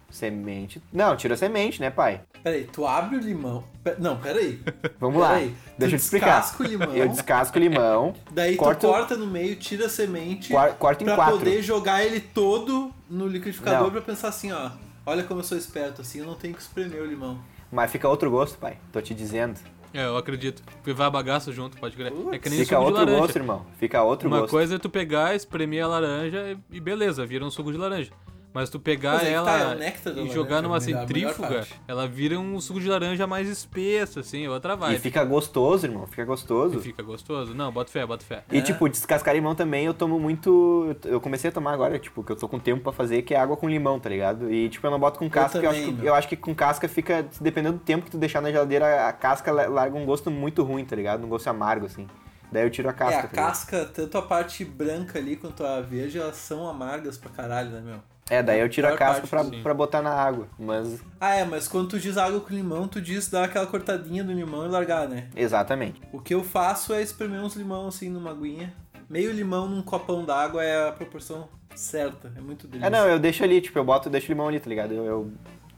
S2: Semente... Não, tira a semente, né, pai?
S3: Peraí, tu abre o limão. Pe- Não, peraí.
S2: Vamos lá.
S3: Peraí, tu
S2: Deixa eu te explicar.
S3: descasca o limão.
S2: Eu descasco o limão.
S3: Daí
S2: corto,
S3: tu corta no meio, tira a semente.
S2: Quar- corta em
S3: pra
S2: quatro.
S3: poder jogar ele todo no liquidificador
S2: Não.
S3: pra pensar assim, ó. Olha como eu sou esperto, assim, eu não tenho que espremer o limão.
S2: Mas fica outro gosto, pai. Tô te dizendo.
S1: É, eu acredito. Porque vai bagaço junto, pode crer. É que nem suco de
S2: Fica outro
S1: laranja.
S2: gosto, irmão. Fica outro
S1: Uma
S2: gosto.
S1: coisa é tu pegar, espremer a laranja e- e beleza, vira um suco de laranja. Mas tu pegar
S3: Mas aí que
S1: ela
S3: tá, é o néctar da
S1: e
S3: laranja,
S1: jogar numa
S3: a melhor- a melhor
S1: centrífuga,
S3: parte.
S1: ela vira um suco de laranja mais espesso, assim, outra
S2: E
S1: vibe.
S2: fica gostoso, irmão. Fica
S1: E
S2: gostoso.
S1: fica gostoso. Não, bota fé, bota fé.
S2: E, tipo, descascar limão também eu tomo muito. Eu comecei a tomar agora, tipo, que eu tô com tempo pra fazer, que é água com limão, tá ligado? E, tipo, eu não boto com casca, eu,
S3: também,
S2: acho que,
S3: meu.
S2: eu acho que com casca fica. Dependendo do tempo que tu deixar na geladeira, a casca la- larga um gosto muito ruim, tá ligado? Um gosto amargo, assim. Daí eu tiro a casca.
S3: é, a
S2: tá ligado?
S3: casca, tanto a parte branca ali quanto a verde, elas são amargas pra caralho, né, meu?
S2: É, daí eu tiro a
S3: Pior
S2: casca
S3: parte,
S2: pra,
S1: sim.
S2: pra botar na água. Mas,
S3: Ah, é, mas quando tu diz água com limão, tu diz dar aquela cortadinha do limão e largar, né?
S2: exatamente.
S3: O que eu faço é espremer uns limão assim numa aguinha. Meio limão num copão d'água é a proporção certa. É muito delícia.
S2: É, não, eu deixo ali, tipo, eu boto, eu deixo o limão ali, tá ligado? Eu, eu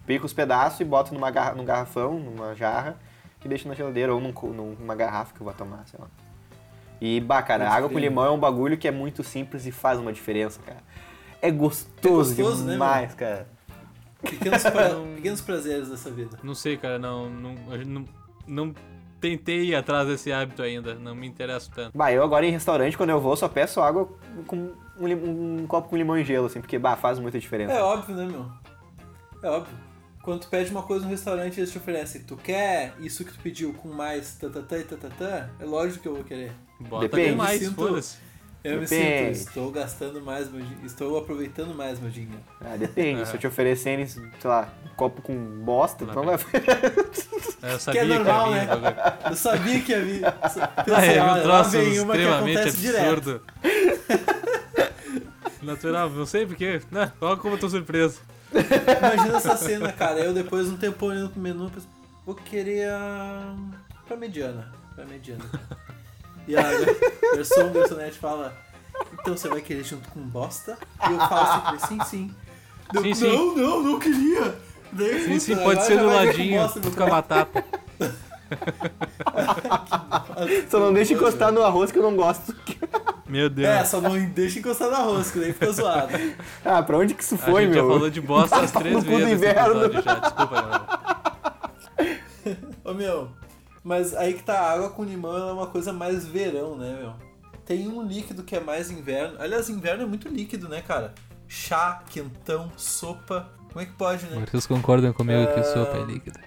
S2: pico os pedaços e boto numa garra, num garrafão, numa jarra, e deixo na geladeira, ou num co- num- numa garrafa que eu vou tomar, sei lá. E, bah, cara,
S3: Pode
S2: água com
S3: crer. né?
S2: limão é um bagulho que é muito simples e faz uma diferença, cara. É gostoso,
S3: É gostoso, né,
S2: demais, cara.
S3: Pequenos, pra- pequenos prazeres dessa vida.
S1: Não sei, cara, não, não, não, não tentei ir atrás desse hábito ainda, não me interesso tanto.
S2: Bah, eu agora em restaurante, quando eu vou, só peço água com um, lim- um copo com limão e gelo, assim, porque, bah, faz muita diferença.
S3: É óbvio, né, meu? É óbvio. Quando tu pede uma coisa no restaurante, eles te oferecem, tu quer isso que tu pediu com mais tatatã e tatatã? É lógico que eu vou querer.
S1: Bota
S2: Depende.
S1: mais,
S3: Sinto-
S1: foda-se.
S3: Eu me
S2: Depende.
S3: sinto, estou gastando mais meu dinheiro, estou aproveitando mais meu dinheiro.
S2: Ah, depende, se eu te oferecerem, sei lá, um copo com bosta,
S1: Lá
S2: então vai...
S1: Eu sabia que,
S3: normal,
S1: havia,
S3: né?
S1: bagulho.
S3: Eu sabia que ia vir.
S1: Ah,
S3: Pensei,
S1: é
S3: ah,
S1: um
S3: lá
S1: troço
S3: vem uma que
S1: extremamente
S3: acontece direto.
S1: absurdo. Natural, não sei porquê. Olha né? como eu tô surpreso.
S3: Imagina essa cena, cara. Eu depois de um tempo olhando pro menu, penso, vou querer a. pra mediana. Pra mediana. E a versão garçonete fala: Então você vai querer junto com bosta? E eu falo sempre: Sim, sim. Deu,
S1: Sim,
S3: não,
S1: sim.
S3: não, não, queria. Daí,
S1: Sim, sim,
S3: puta, agora
S1: pode ser
S3: já
S1: do
S3: vai ver com
S1: ladinho,
S3: bosta, meu
S1: com a batata.
S3: cara.
S2: Só não deixa encostar no arroz que eu não gosto.
S1: Meu Deus.
S3: É, só não deixa encostar na rosca, daí fica zoado.
S2: Ah, pra onde que isso
S1: a
S2: foi,
S1: gente
S2: meu?
S1: já falou de bosta as
S2: Pau no
S1: três
S2: cu do
S1: vezes nesse
S2: inverno.
S1: episódio já. Desculpa, galera.
S3: Ô meu, mas aí que tá, a água com limão ela é uma coisa mais verão, né, meu? Tem um líquido que é mais inverno. Aliás, inverno é muito líquido, né, cara? Chá, quentão, sopa. Como é que pode, né?
S1: Vocês concordam comigo que
S3: Ah.
S1: sopa é líquida?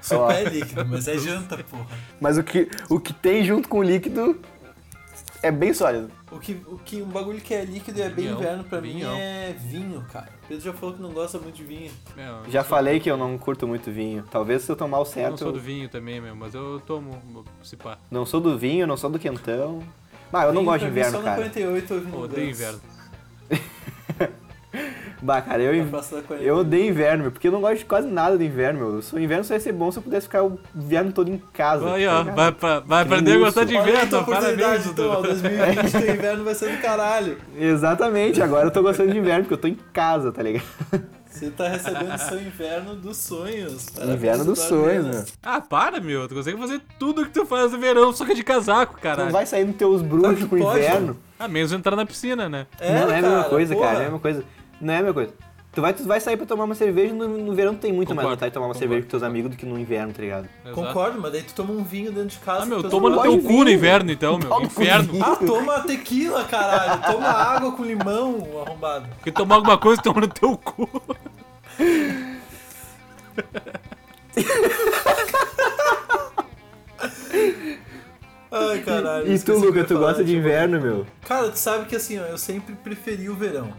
S3: Sopa é líquido, mas é janta, porra.
S2: Mas o que, o que tem junto com o líquido é bem sólido.
S3: O que, o que um bagulho que é líquido e é bem
S1: Vinhão,
S3: inverno pra
S1: vinhão.
S3: mim é vinho, cara. O Pedro já falou que não gosta muito de vinho.
S1: Meu,
S2: Já falei que eu não curto muito vinho. Talvez se eu tomar o
S1: eu não
S2: certo.
S1: sou do vinho também, meu, mas eu tomo, se pá.
S2: não sou do vinho, não sou do quentão. Ah, eu não
S3: Vinho
S2: gosto de
S3: pra mim é
S2: inverno,
S3: só
S2: cara.
S3: Na 48 eu
S1: Eu
S3: vinho
S1: odeio inverno.
S2: Bah, cara, eu,
S3: Na praça da 48.
S2: eu odeio inverno, meu, porque eu não gosto de quase nada do inverno, meu. Se o inverno só ia ser bom se eu pudesse ficar o inverno todo em casa.
S1: Aí,
S2: tá
S1: ó,
S2: ligado?
S1: vai, pra- vai aprender a
S2: Isso.
S1: gostar de
S3: Olha aí a tua
S1: inverno,
S3: oportunidade,
S1: parabéns,
S3: então, ó,
S1: Dudu.
S3: 2020 teu inverno vai ser do caralho.
S2: Exatamente, agora eu tô gostando de inverno, porque eu tô em casa, tá ligado?
S3: Você tá recebendo seu inverno dos sonhos. Parabéns,
S2: inverno dos
S3: Eduardo
S2: sonhos,
S3: Menas.
S2: meu.
S1: Ah, para, meu, tu consegue fazer tudo que tu faz no verão, só que é de casaco,
S2: Tu não
S1: caralho.
S2: vai sair nos teus
S3: Sabe
S2: bruxos
S3: que
S2: com
S3: pode,
S2: inverno.
S1: A menos entrar na piscina, né?
S2: não é a mesma
S3: cara,
S2: coisa,
S3: porra.
S2: cara, é a mesma coisa. Não é a mesma coisa. Tu vai, tu vai sair pra tomar uma cerveja, no, no verão tu tem muito mais
S1: Concordo,
S2: vontade de tomar uma
S1: concordo.
S2: cerveja com teus amigos do que no inverno, tá ligado?
S1: Exato.
S3: Concordo, mas daí tu toma um vinho dentro de casa.
S1: Ah, meu,
S3: tu
S1: toma no
S2: não
S1: teu
S2: pode
S1: cu no
S2: vir.
S1: inverno, então, meu.
S2: Toma no cu
S1: Inferno.
S2: do
S3: Ah, toma tequila, caralho. Toma água com limão, arrombado.
S1: Porque tomar alguma coisa, toma no teu cu.
S3: Ai, caralho.
S2: E tu,
S3: esqueci o que eu
S2: Luca,
S3: ia
S2: tu
S3: falar, tipo,
S2: gosta de
S3: deixa eu-
S2: inverno, meu?
S3: Cara, tu sabe que assim, ó, eu sempre preferi o verão.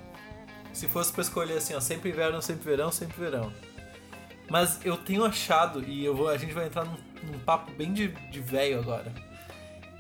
S3: Se fosse pra escolher assim, ó, sempre inverno, sempre verão, sempre verão. Mas eu tenho achado, e eu vou, a gente vai entrar num, num papo bem de, de velho agora,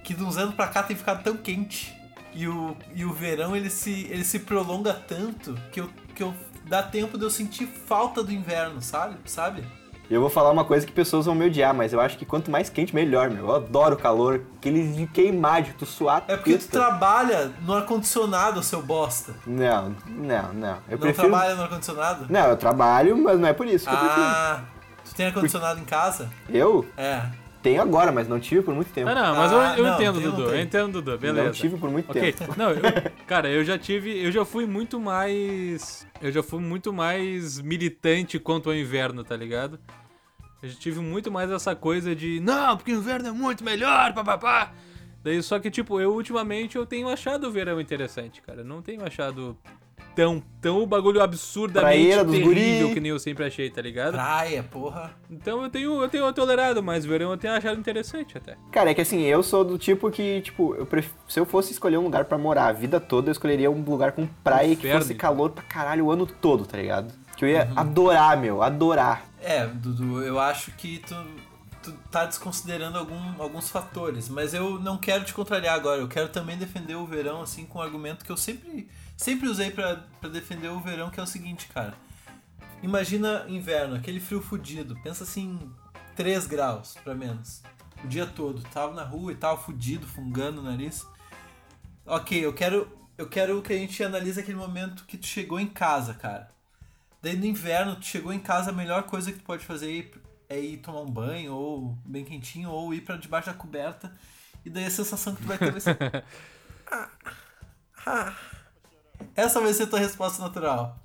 S3: que de uns anos pra cá tem ficado tão quente. E o, e o verão ele se, ele se prolonga tanto que, eu, que eu, dá tempo de eu sentir falta do inverno, sabe? sabe?
S2: E eu vou falar uma coisa que pessoas vão me odiar, mas eu acho que quanto mais quente, melhor, meu. Eu adoro o calor, aquele de queimar, de tu suar.
S3: É porque tu
S2: teta.
S3: trabalha no ar-condicionado, seu bosta.
S2: Não, não, não. Eu
S3: Não
S2: prefiro.
S3: trabalha no ar-condicionado?
S2: Não, eu trabalho, mas não é por isso que
S3: Ah, tu tem ar-condicionado em casa?
S2: eu prefiro. Eu
S3: É.
S2: tenho agora, mas não tive por muito tempo.
S1: Não, não, mas eu,
S3: Ah,
S1: eu
S3: não,
S1: entendo,
S3: tem, não
S1: Dudu.
S3: tem.
S1: Eu entendo, Dudu. Beleza.
S2: Não tive por muito
S1: Ok.
S2: tempo.
S1: Não, eu, cara, eu já tive. Eu já fui muito mais. Eu já fui muito mais militante quanto ao inverno, tá ligado? Eu já tive muito mais essa coisa de. Não, porque o inverno é muito melhor, papapá. Daí, só que, tipo, eu ultimamente eu tenho achado o verão interessante, cara. Eu Não tenho achado tão, tão o bagulho absurdamente
S2: Praeira dos
S1: terrível
S2: guri.
S1: que nem eu sempre achei, tá ligado?
S3: Praia, porra.
S1: Então eu tenho, eu tenho tolerado, mas o verão eu tenho achado interessante até.
S2: Cara, é que assim, eu sou do tipo que, tipo, eu pref- se eu fosse escolher um lugar pra morar a vida toda, eu escolheria um lugar com praia que
S1: Inferno,
S2: fosse
S1: então.
S2: calor pra caralho o ano todo, tá ligado? Que eu ia adorar, meu, adorar.
S3: É, Dudu, eu acho que tu, tu tá desconsiderando algum- alguns fatores, mas eu não quero te contrariar agora. Eu quero também defender o verão, assim, com um argumento que eu sempre, sempre usei pra pra defender o verão, que é o seguinte, cara. Imagina inverno, aquele frio fudido. Pensa assim, 3 graus, pra menos. O dia todo. Tava na rua e tal, fudido, fungando o nariz. Ok, eu quero, eu quero que a gente analise aquele momento que tu chegou em casa, cara. Daí no inverno, tu chegou em casa, a melhor coisa que tu pode fazer é ir, é ir tomar um banho, ou bem quentinho, ou ir pra debaixo da coberta. E daí a sensação que tu vai ter vai ser. Ah, ah. Essa vai ser a tua resposta natural.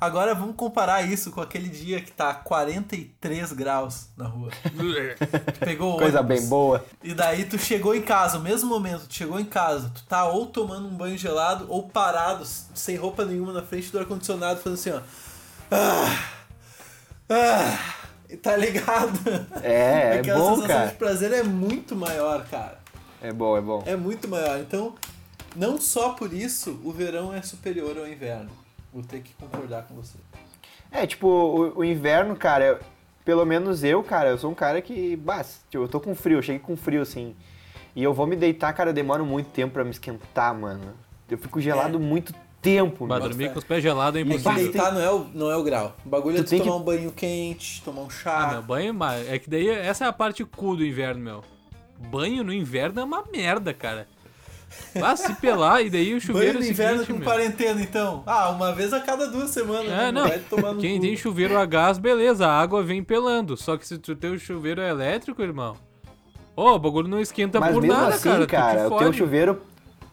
S3: Agora vamos comparar isso com aquele dia que tá 43 graus na rua. Tu pegou o
S2: Coisa
S3: ônibus.
S2: bem boa.
S3: E daí tu chegou em casa, no mesmo momento, tu chegou em casa, tu tá ou tomando um banho gelado ou parado, s- sem roupa nenhuma, na frente do ar-condicionado, fazendo assim, ó. Ah, ah, e tá ligado?
S2: É, é
S3: Aquela
S2: bom,
S3: sensação de
S2: cara.
S3: prazer é muito maior, cara.
S2: É bom, é bom.
S3: É muito maior. Então, não só por isso o verão é superior ao inverno. Vou ter que concordar com você.
S2: É, tipo, o, o inverno, cara, eu- pelo menos eu, cara, eu sou um cara que, bah, tipo, eu tô com frio, eu cheguei com frio, assim, e eu vou me deitar, cara, eu demoro muito tempo pra me esquentar, mano. Eu fico gelado muito tempo,
S1: Bah,
S2: meu.
S1: dormir com os pés gelados é
S3: É que
S1: impossível.
S3: deitar não é, o, não é o grau. O bagulho
S2: Tu
S3: é tu
S2: tem
S3: tomar
S2: que-
S3: um banho quente, tomar um
S1: Ah,
S3: chá.
S1: meu, banho, mas é que daí essa é a parte cool do inverno, meu. Banho no inverno é uma merda, cara. Vá se pelar e daí o
S3: banho
S1: chuveiro
S3: no
S1: é o
S3: inverno
S1: seguinte,
S3: com
S1: meu.
S3: quarentena, então. Ah, uma vez a cada duas semanas. né?
S1: É, não.
S3: Vai tomar no
S1: Quem
S3: cu.
S1: tem chuveiro a gás, beleza, a água vem pelando. Só que se tu tem o chuveiro é elétrico, irmão. Ô, o bagulho não esquenta
S2: Mas
S1: por
S2: mesmo
S1: nada,
S2: assim,
S1: cara.
S2: cara,
S1: tu te
S2: o
S1: fode.
S2: teu chuveiro.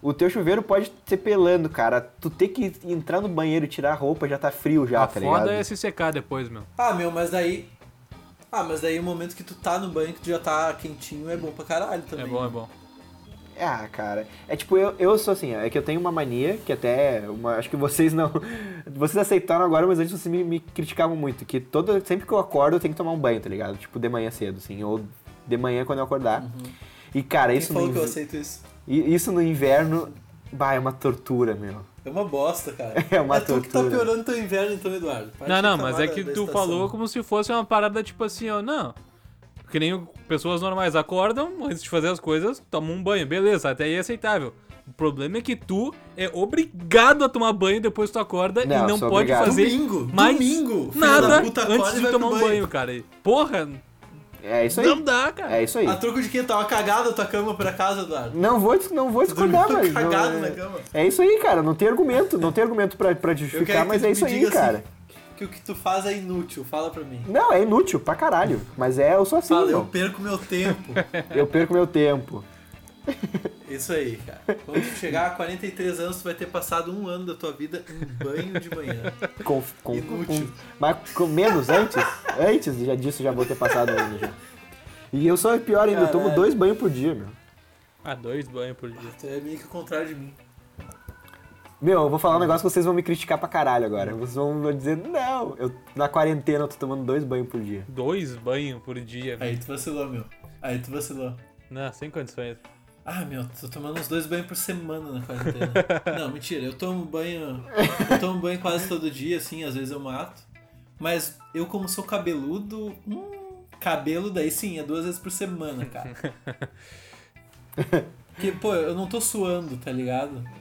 S2: O teu chuveiro pode ser pelando, cara. Tu ter que entrar no banheiro e tirar a roupa já tá frio já,
S1: A
S2: tá
S1: foda
S2: ligado?
S1: é se secar depois, meu.
S3: Ah, meu, mas daí. Ah, mas daí o momento que tu tá no banho, que tu já tá quentinho, é bom pra caralho também.
S1: É bom, é bom.
S2: Ah, cara. É tipo, eu, eu sou assim, ó, é que eu tenho uma mania, que até. Uma, acho que vocês não. Vocês aceitaram agora, mas antes vocês me, me criticavam muito. Que todo, sempre que eu acordo, eu tenho que tomar um banho, tá ligado? Tipo, de manhã cedo, assim. Ou de manhã quando eu acordar.
S1: Uhum.
S2: E, cara,
S3: Quem
S2: isso no,
S3: falou que eu
S2: inv-
S3: aceito isso?
S2: i- isso no inverno. Bah, é uma tortura, meu.
S3: É uma bosta, cara.
S2: É uma
S3: é tu que tá
S2: tortura.
S3: piorando teu inverno, então, Eduardo. Para
S1: Não,
S3: de
S1: não,
S3: reclamar
S1: mas é
S3: da-
S1: que
S3: da
S1: tu
S3: estação.
S1: falou como se fosse uma parada tipo assim, ó, não. Que nem o- pessoas normais acordam, antes de fazer as coisas, tomam um banho, beleza, até aí é aceitável. O problema é que tu é obrigado a tomar banho depois que tu acorda
S2: Não,
S1: e não
S2: sou
S1: pode
S2: obrigado.
S1: fazer
S3: Domingo,
S1: mais
S3: domingo, filho da
S1: nada
S3: puta, acorda
S1: antes
S3: e
S1: de
S3: vai pro
S1: tomar um
S3: banho.
S1: banho, cara. E, Porra,
S2: É isso
S1: não
S2: aí.
S1: dá, cara.
S2: É isso aí.
S3: A troco de quê? Tava cagada a tua cama por acaso, Eduardo?
S2: Não vou, dis- não vou discordar,
S3: dormindo
S2: velho.
S3: cagado
S2: Não,
S3: na
S2: é-
S3: cama.
S2: É isso aí, cara. Não tem argumento. Não tem argumento pra, pra
S3: Eu quero
S2: justificar,
S3: que
S2: mas
S3: tu
S2: é
S3: me
S2: isso aí,
S3: diga assim,
S2: cara.
S3: que o que tu faz é inútil, fala pra mim.
S2: Não, é inútil pra caralho. Mas é, eu sou assim,
S3: Fala, eu
S2: meu.
S3: perco meu tempo.
S2: Eu perco meu tempo.
S3: Isso aí, cara. Quando tu chegar a 43 anos, tu vai ter passado um ano da tua vida em banho de manhã.
S2: Com, com,
S3: Inútil.
S2: com- mas com menos antes? antes já disso, já vou ter passado um ano já. E eu sou pior ainda, eu tomo
S3: Caralho.
S2: dois banhos por dia, meu.
S1: Ah, dois banhos por dia.
S3: Tu é meio que o contrário de mim.
S2: Meu, eu vou falar um negócio que vocês vão me criticar pra caralho agora. Vocês vão dizer, não, eu na quarentena eu tô tomando dois banhos por dia.
S1: Dois banhos por dia,
S3: Aí
S1: velho.
S3: tu vacilou, meu. Aí tu vacilou.
S1: Não, sem condições.
S3: Ah, meu, tô tomando uns dois banhos por semana na quarentena. Não, mentira, eu tomo banho. Eu tomo banho quase todo dia, assim, às vezes eu mato. Mas eu, como sou cabeludo, hum, cabelo daí sim, é duas vezes por semana, cara. Porque, pô, eu não tô suando, tá ligado?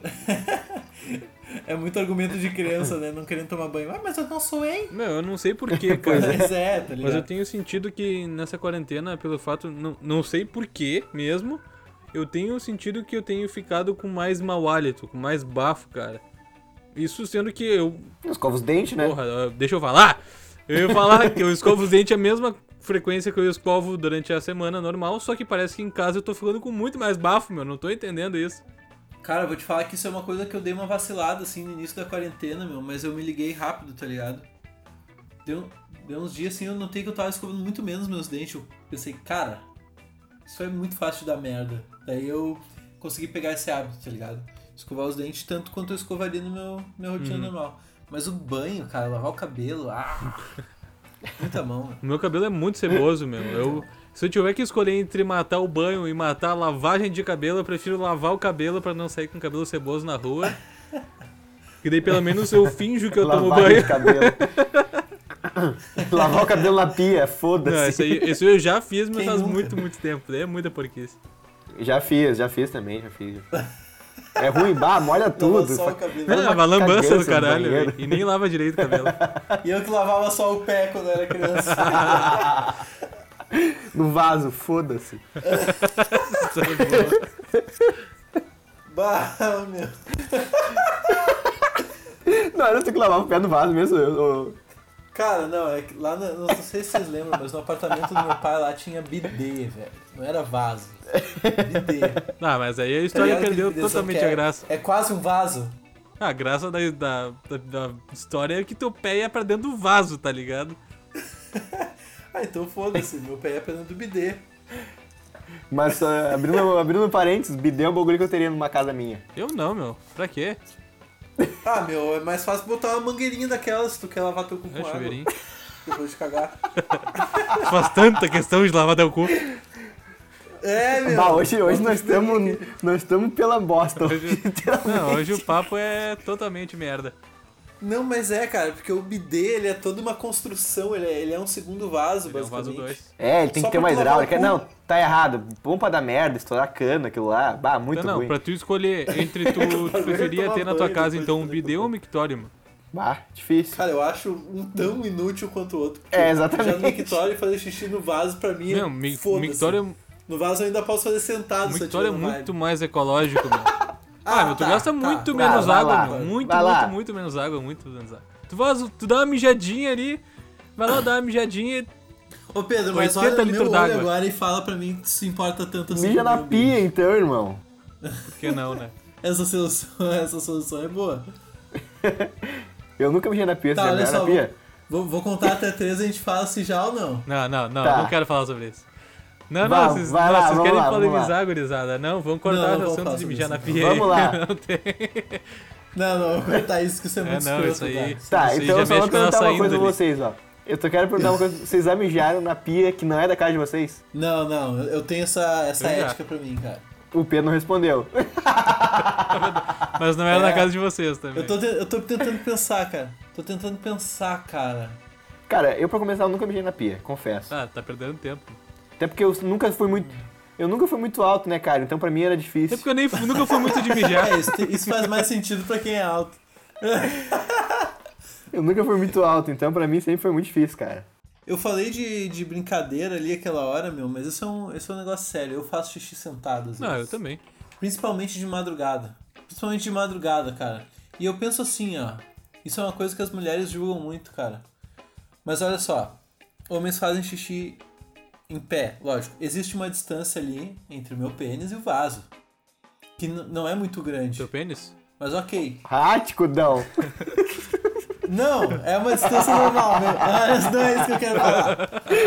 S3: É muito argumento de criança, né? Não querendo tomar banho. Ah, mas eu não suei.
S1: Meu, eu não sei porquê, cara.
S3: Mas é, tá
S1: Mas eu
S3: ligado?
S1: tenho sentido que nessa quarentena, pelo fato, não, não sei porquê mesmo, eu tenho sentido que eu tenho ficado com mais mau hálito, com mais bafo, cara. Isso sendo que eu.
S2: Eu escovo os dentes, né?
S1: Porra, eu- deixa eu falar! Eu ia falar que eu escovo os dentes a mesma frequência que eu escovo durante a semana normal, só que parece que em casa eu tô ficando com muito mais bafo, meu. Não tô entendendo isso.
S3: Cara, eu vou te falar que isso é uma coisa que eu dei uma vacilada, assim, no início da quarentena, meu, mas eu me liguei rápido, tá ligado? Deu, deu uns dias, assim, eu notei que eu tava escovando muito menos meus dentes. Eu pensei, cara, isso é muito fácil de dar merda. Daí eu consegui pegar esse hábito, tá ligado? Escovar os dentes tanto quanto eu escovaria no meu, minha rotina normal. Mas o banho, cara, lavar o cabelo, ah, muita mão, velho.
S1: O meu cabelo é muito ceboso, meu. Eu, se eu tiver que escolher entre matar o banho e matar a lavagem de cabelo, eu prefiro lavar o cabelo pra não sair com cabelo ceboso na rua. Que daí pelo menos eu finjo que eu tomo
S2: Lavar o
S1: banho.
S2: cabelo. Lavar o cabelo na pia,
S1: Não,
S2: foda-se.
S1: isso, aí, isso eu já fiz, mas
S3: Quem
S2: um-
S1: faz
S3: nunca?
S1: muito, muito tempo. Daí é muita porquice. é
S2: Já fiz, já fiz também, já fiz. já fiz. É ruim, bah, molha tudo.
S3: Lavar só o cabelo.
S1: Ah, uma lambança do
S2: cabeça no
S1: caralho,
S2: banheiro.
S1: velho. E nem lava direito o cabelo.
S3: E eu que lavava só o pé quando era criança.
S2: No vaso, foda-se.
S3: bah, meu.
S2: Não, eu tenho que lavar o pé no vaso mesmo. Eu, eu-
S3: Cara, não, é que lá, na, não sei se vocês lembram, mas no apartamento do meu pai lá tinha bidê, velho. Não era vaso. Bidê.
S1: Ah, mas aí a história
S3: Era
S1: perdeu
S3: aquele bidê, só
S1: totalmente
S3: que
S1: a
S3: é-
S1: graça. Ah,
S3: É quase um vaso.
S1: A graça da, da, da- da história é que teu pé ia pra dentro do vaso, tá ligado?
S3: Ah, então foda-se, meu pé é apenas do bidê.
S2: Mas ah, abrindo, abrindo parênteses, bidê é um bagulho que eu teria numa casa minha.
S1: Eu não, meu. Pra quê?
S3: Ah, meu, é mais fácil botar uma mangueirinha daquelas se tu quer lavar teu cu
S1: É,
S3: com água.
S1: chuveirinho.
S3: Depois de cagar.
S1: Faz tanta questão de lavar teu cu.
S3: É, meu.
S2: Bah, hoje, hoje nós
S3: bota o bidê.
S2: estamos nós estamos pela bosta.
S1: Hoje, não, hoje o papo é totalmente é merda.
S3: Não, mas é, cara, porque o bidê, ele é toda uma construção, ele é, ele é um segundo vaso,
S1: É o vaso
S3: basicamente.
S1: 2.
S2: É, ele tem
S3: Só
S2: que ter
S3: pra
S2: uma
S3: tu lavar
S2: hidráulica.
S3: o cu.
S2: Não, tá errado. Bomba da merda, estourar cana, aquilo lá. Bah, muito
S1: Então, não,
S2: ruim.
S1: pra tu escolher entre tu, tu
S3: Primeiro
S1: preferia
S3: tomar
S1: ter na
S3: banho,
S1: tua casa,
S3: depois
S1: então, um
S3: fazer
S1: bidê ou um mictório, mano?
S2: Bah, difícil.
S3: Cara, eu acho um tão inútil quanto o outro. porque
S2: É,
S3: Já no
S2: exatamente.
S3: mictório fazer xixi no vaso, pra mim,
S1: Não,
S3: é
S1: mi-
S3: foda-se.
S1: mictório,
S3: No vaso eu ainda posso fazer sentado, se eu
S1: mictório é
S3: tiver na
S1: muito
S3: vibe.
S1: mais ecológico, mano. Ah, meu, tu
S3: tá,
S1: gasta
S3: tá.
S1: muito
S2: Vai
S1: menos
S2: lá, vai
S1: água,
S2: lá.
S1: meu. Muito,
S2: Vai lá.
S1: muito, muito menos água, muito menos água. Tu, faz, tu dá uma mijadinha ali, vai lá dar uma mijadinha e
S3: Ô Pedro, mas
S1: 80
S3: olha no meu
S1: litros
S3: olho
S1: d'água.
S3: agora e fala pra mim que se importa tanto assim.
S2: Mija
S3: com
S2: na
S3: meu
S2: pia,
S3: bicho.
S2: então, irmão.
S1: por que não, né?
S3: Essa solução, essa solução é boa.
S2: Eu nunca mijei na pia,
S3: Tá,
S2: você já
S3: olha
S2: mijou
S3: só,
S2: na pia?
S3: Vou, vou contar até três e a gente fala se já ou não.
S1: Não, não, não,
S2: Tá.
S1: não quero falar sobre isso. Não,
S2: Vai,
S1: não, vocês,
S2: vai
S1: não,
S2: lá,
S1: vocês
S2: vamos
S1: querem
S2: lá, vamos
S1: polemizar, gurizada. Não, vamos
S3: Não,
S1: cortar
S3: não
S1: o
S3: vamos
S1: assunto
S3: falar
S1: de
S3: sobre
S1: mijar na
S3: isso,
S1: pia.
S2: não. Vamos
S1: aí.
S2: lá.
S1: Não tem.
S3: Não, não, vou contar isso que isso é
S1: É,
S3: muito
S1: não,
S3: escroto,
S1: isso aí.
S3: cara.
S2: Tá,
S1: isso aí
S2: então
S1: já
S2: eu só vou
S1: mexe com a
S2: perguntar
S1: nossa
S2: uma coisa pra
S1: índole.
S2: vocês, ó. Eu só quero perguntar uma coisa. Vocês já mijaram na pia que não é da casa de vocês?
S3: Não, não, eu- eu tenho essa, essa
S1: Eu já.
S3: ética pra mim, cara.
S2: O Pedro não respondeu.
S1: Mas não era na
S3: É.
S1: casa de vocês também.
S3: Eu tô, te- eu tô tentando pensar, cara. Tô tentando pensar, cara.
S2: Cara, eu pra começar eu nunca mijei na pia, confesso.
S1: Ah, tá perdendo tempo.
S2: Até porque eu nunca fui muito. Eu nunca fui muito alto, né, cara? Então pra mim era
S1: É
S2: difícil.
S1: porque eu nem, fu- nunca fui muito de mijar.
S3: É, isso, te- isso faz mais sentido pra quem é alto.
S2: Eu nunca fui muito alto, então pra mim sempre foi muito difícil, cara.
S3: Eu falei de, de brincadeira ali aquela hora, meu, mas isso é um, isso é um negócio sério. Eu faço xixi sentado. às
S1: Não, eu
S3: vezes.
S1: também.
S3: Principalmente de madrugada. Principalmente de madrugada, cara. E eu penso assim, ó. Isso é uma coisa que as mulheres julgam muito, cara. Mas olha só. Homens fazem xixi em pé, lógico. Existe uma distância ali entre o meu pênis e o vaso. Que n- não é muito grande.
S1: Teu pênis?
S3: Mas ok.
S2: Rático, não.
S3: Não, é uma distância normal, meu. Ah, não é isso que eu quero falar.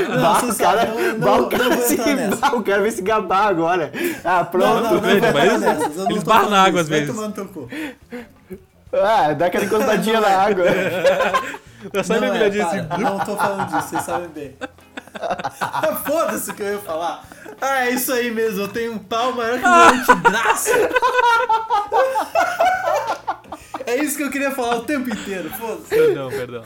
S3: Não,
S2: Bah, o
S3: você
S2: cara,
S3: sabe, não,
S2: bah,
S3: não,
S2: o cara assim,
S3: não vou
S2: se,
S3: entrar nessa.
S2: bah, o cara vai se gabar agora. Ah, pronto.
S3: Não, não, não,
S1: velho,
S3: não,
S1: mas eles-
S3: nessas, eu não
S1: eles
S3: tô
S1: barram
S3: falando
S1: na água
S3: disso,
S1: às
S3: vai
S1: vezes.
S3: tomar no teu cu.
S2: Ah, dá aquela encostadinha na água.
S1: Eu só
S3: não,
S1: lembro
S3: é,
S1: disso.
S3: para, não tô falando disso, vocês sabem bem. Ah, Foda-se o que eu ia falar. Ah, é isso aí mesmo, eu tenho um pau maior que o meu antebraço. É isso que eu queria falar o tempo inteiro, foda-se.
S1: Perdão, perdão.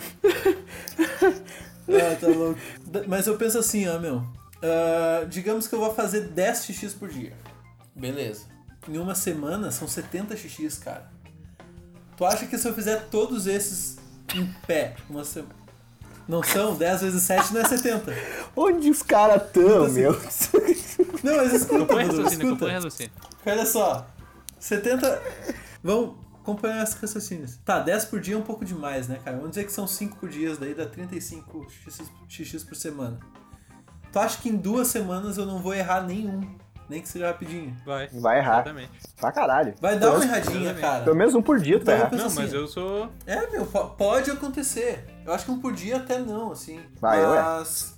S3: Ah, tá louco. D- Mas eu penso assim, ó, meu. Ah, digamos que eu vou fazer 10 xixis por dia. Beleza. Em uma semana são 70 xixis, cara. Tu acha que se eu fizer todos esses em pé, uma semana. Não são? 10 vezes 7 não é 70.
S2: Onde os caras estão, meu?
S3: Não, mas escuta,
S1: Põe
S3: Dudu,
S1: raciocínio,
S3: escuta.
S1: põe raciocínio.
S3: Olha só. 70. Vamos acompanhar esses raciocínios. Tá, 10 por dia é um pouco demais, né, cara? Vamos dizer que são 5 por dias, daí dá 35 xx, xx por semana. Tu acha que em duas semanas eu não vou errar nenhum? Nem que seja rapidinho.
S1: Vai.
S2: Vai errar.
S1: Exatamente.
S2: Pra caralho.
S3: Vai dar uma
S2: Pelo-
S3: erradinha,
S1: exatamente.
S3: cara.
S2: Pelo menos um por dia tu vai
S3: Então,
S2: errar.
S3: Mas
S1: Não,
S3: assim-
S1: mas eu sou.
S3: É, meu, po- pode acontecer. Eu acho que um por dia até não, assim.
S2: Vai, eu é.
S3: mas.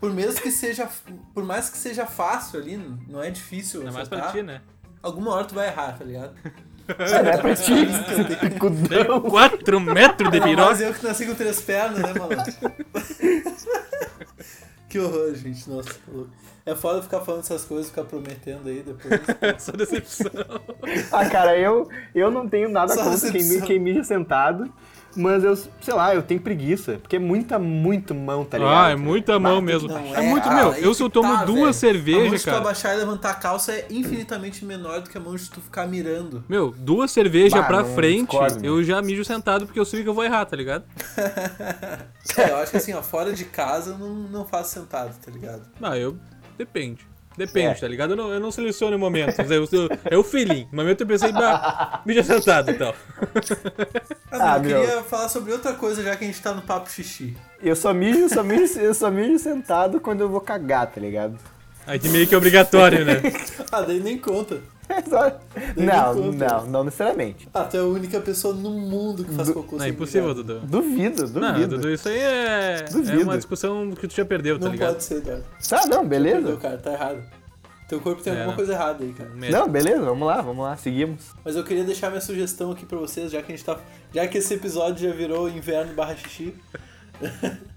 S3: Por mesmo que seja. Por mais que seja fácil ali, não é difícil.
S1: Ainda mais pra
S3: acertar,
S1: ti, né?
S3: Alguma hora tu vai errar, tá ligado?
S2: Ah, Não é pra ti, esse picudão.
S1: 4 metros de
S3: Não,
S1: piroca.
S3: mas eu que nasci com três pernas, né, malandro? que horror, gente. Nossa, tá louco. É foda ficar falando essas coisas, ficar prometendo aí depois.
S1: Só decepção.
S2: Ah, cara, eu, eu não tenho nada
S3: Só
S2: contra quem, mi-
S3: decepção.
S2: quem mija sentado. Mas eu, sei lá, eu tenho preguiça. Porque é muita, muito mão, tá ligado?
S1: Ah, é muita mão mesmo.
S3: Não,
S1: é, muito,
S3: cara,
S1: meu,
S3: aí
S1: eu se eu
S3: que
S1: tomo
S3: tá,
S1: duas
S3: velho. A mão
S1: cervejas,
S3: de tu
S1: cara.
S3: abaixar e levantar a calça é infinitamente menor do que a mão de tu ficar mirando.
S1: Meu, duas cervejas
S2: Bah,
S1: pra
S2: não
S1: frente,
S2: discordo,
S1: eu já mijo sentado porque eu sei que eu vou errar, tá ligado?
S3: É, eu acho que assim, ó, fora de casa eu não, não faço sentado, tá ligado?
S1: Não, eu. Depende. Depende,
S2: É.
S1: tá ligado? Eu não, eu não seleciono momentos. Eu, eu, é o feeling. No momento eu pensei, bah, mija sentado então.
S3: Ah,
S2: Ah,
S3: meu,
S2: meu.
S3: eu queria falar sobre outra coisa já que a gente tá no papo xixi.
S2: Eu só mijo, só mijo, eu só mijo sentado quando eu vou cagar, tá ligado?
S1: Aí que meio que é obrigatório, né?
S3: Ah, daí nem conta.
S2: É só- Não,
S3: conta.
S2: não, não necessariamente.
S3: Ah, tu é a única pessoa no mundo que faz cocô
S1: Não, é
S3: sem
S1: impossível,
S3: mijar.
S1: Dudu.
S2: Duvido,
S1: Não,
S2: duvido.
S1: Dudu, isso aí é, é
S2: Duvido.
S1: uma discussão que tu já perdeu, tá
S3: Não
S1: ligado?
S3: pode ser, Eduardo.
S2: Tá, não,
S3: Não,
S2: beleza.
S3: cara, tá errado. Teu corpo tem
S1: É,
S3: alguma
S1: não.
S3: coisa errada aí, cara.
S1: Merda.
S2: Não, beleza, vamos lá, vamos lá, seguimos.
S3: Mas eu queria deixar minha sugestão aqui pra vocês, já que a gente tá. Já que esse episódio já virou inverno barra xixi.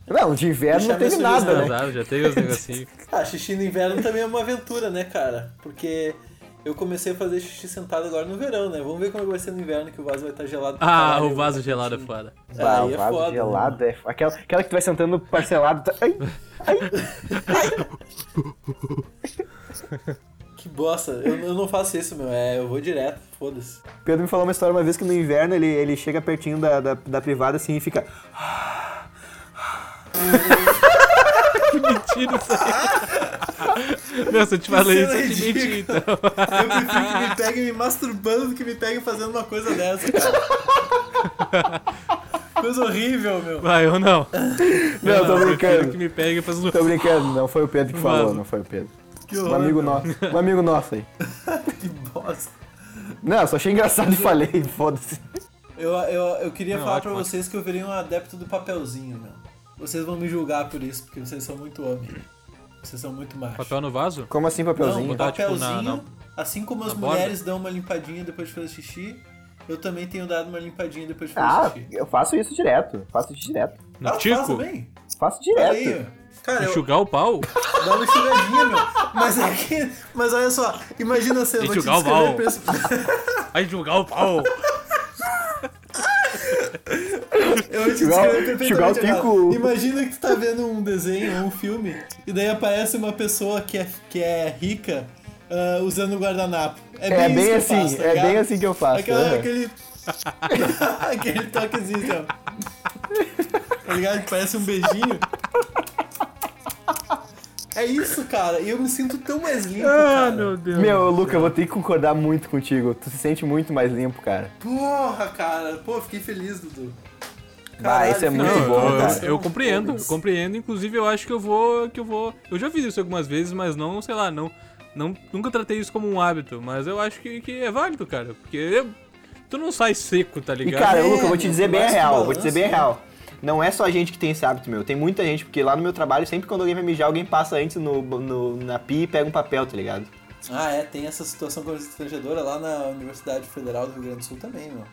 S2: Não, de inverno
S3: Deixa
S2: não teve
S3: eu ver se
S2: nada, né?
S1: Atrasado, já teve os negocinhos.
S3: Ah, xixi no inverno também é uma aventura, né, cara? Porque Eu comecei a fazer xixi sentado agora no verão, né? Vamos ver como vai ser no inverno, que o vaso vai estar gelado. pra
S1: Ah,
S3: caralho,
S1: o vaso
S3: né?
S1: gelado é foda.
S2: Bah,
S3: Aí é
S2: vaso
S3: foda, né?
S2: gelado é. fo- Aquela, aquela que tu vai sentando parcelado. Tá... Ai,
S3: Que bosta. Eu, eu não faço isso, meu. É, eu vou direto, foda-se.
S2: Pedro me falou uma história uma vez que no inverno ele, ele chega pertinho da, da, da privada assim e fica.
S1: Mentira isso aí. Não, se eu te falei isso,
S3: cena
S1: eu te menti,
S3: ridícula.
S1: então.
S3: Eu prefiro que me peguem me masturbando do que me peguem fazendo uma coisa dessa, cara. Coisa horrível, meu.
S1: Vai, eu não.
S2: Não, tô
S1: eu prefiro
S2: brincando. Então-
S1: que me pegue fazendo...
S2: Tô brincando, não foi o Pedro que falou,
S1: Vaso.
S2: não foi o Pedro.
S3: Que
S2: Um
S3: horror.
S2: amigo nosso. Um amigo nosso aí.
S3: Que bosta.
S2: Não, eu só achei engraçado e falei, foda-se.
S3: Eu, eu, eu queria
S1: Não,
S3: falar
S1: ótimo,
S3: pra
S1: ótimo.
S3: vocês que eu virei um adepto do papelzinho, meu. Vocês vão me julgar por isso, porque vocês são muito homem. Vocês são muito macho.
S1: Papel no vaso?
S2: Como assim,
S3: Não, um
S2: papelzinho?
S1: botar, tipo,
S3: papelzinho,
S1: na- na-
S3: assim como as
S1: na borda?
S3: mulheres dão uma limpadinha depois de fazer xixi, eu também tenho dado uma limpadinha depois de fazer
S2: Ah,
S3: xixi.
S2: eu faço isso direto. Faço isso direto.
S1: No
S3: Ah, faço
S1: tico?
S3: bem.
S2: Faço
S3: Olha
S2: direto.
S3: aí, ó. Cara, eu,
S1: Enxugar o pau?
S3: Dá uma enxugadinha, meu. Mas aqui. Mas olha só, imagina você. eu vou te
S1: Enxugar o
S3: descrever
S1: mal.
S3: pra esse-
S1: Vai enxugar o pau!
S3: Eu vou te
S2: Enxugar o-
S3: descrever
S2: enxugar o
S3: perfeitamente
S2: tico.
S3: agora. Imagina que tu tá vendo um desenho, um filme, e daí aparece uma pessoa que é, que é rica ah, usando guardanapo. É bem,
S2: É
S3: isso que
S2: bem
S3: eu
S2: assim,
S3: faço, tá
S2: é
S3: ligado?
S2: bem assim que eu faço.
S3: Aquela-
S2: aham.
S3: Aquele. aquele toquezinho, assim, ó. Tá ligado? Que parece um beijinho. É isso, cara. E eu me sinto tão mais limpo,
S2: Ah,
S3: cara.
S1: Deus.
S2: Meu, Luca, eu vou ter que concordar muito contigo. Tu se sente muito mais limpo, cara.
S3: Porra, cara. Pô, fiquei feliz, Dudu.
S2: Bah, esse é
S3: Caralho,
S2: muito
S1: Não,
S3: fiquei-
S2: bom,
S1: eu,
S2: cara.
S1: eu, eu compreendo, eu compreendo. Inclusive, eu acho que eu vou. que eu vou. Eu já fiz isso algumas vezes, mas não, sei lá, não. não nunca tratei isso como um hábito, mas eu acho que, que é válido, cara. Porque eu- tu não sai seco, tá
S2: E
S1: ligado?
S2: cara,
S3: É,
S2: Luca, eu vou te
S3: meu,
S2: dizer bem a
S3: mais
S2: real,
S3: balanço,
S2: vou te dizer bem a
S3: né?
S2: real. Não é só a gente que tem esse hábito, meu. Tem muita gente, porque lá no meu trabalho, sempre quando alguém vai mijar, alguém passa antes no, no- na pia e pega um papel, tá ligado?
S3: Ah, é, tem essa situação constrangedora lá na Universidade Federal do Rio Grande do Sul também, meu.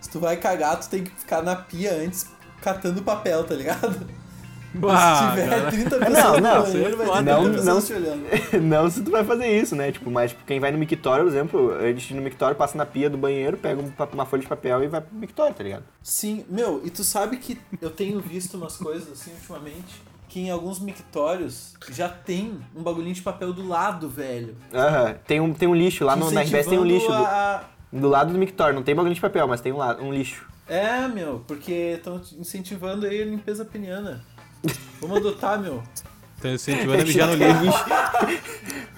S3: Se tu vai cagar, tu tem que ficar na pia antes catando papel, tá ligado?
S1: Bah,
S3: Se tiver
S1: Ah, cara.
S3: 30 pessoas
S2: É, não,
S3: no banheiro, vai ter 30
S2: não,
S3: pessoas
S2: não.
S3: te olhando.
S2: Não se tu vai fazer isso, né? Tipo, mas tipo, quem vai no mictório, por exemplo, antes de ir no mictório, passa na pia do banheiro, pega um pa- uma folha de papel e vai pro mictório, tá ligado?
S3: Sim, meu, e tu sabe que eu tenho visto umas coisas assim ultimamente que em alguns mictórios já tem um bagulhinho de papel do lado, velho.
S2: Aham. Tem, um, tem um lixo, lá no, na RBS tem um
S3: Incentivando
S2: lixo. Do,
S3: a-
S2: do lado do mictório, não tem bagulho de papel, mas tem um, la- um lixo.
S3: É, meu, porque estão incentivando aí a limpeza peniana. Vamos adotar, meu.
S1: Então, incentivando a mijar no lixo.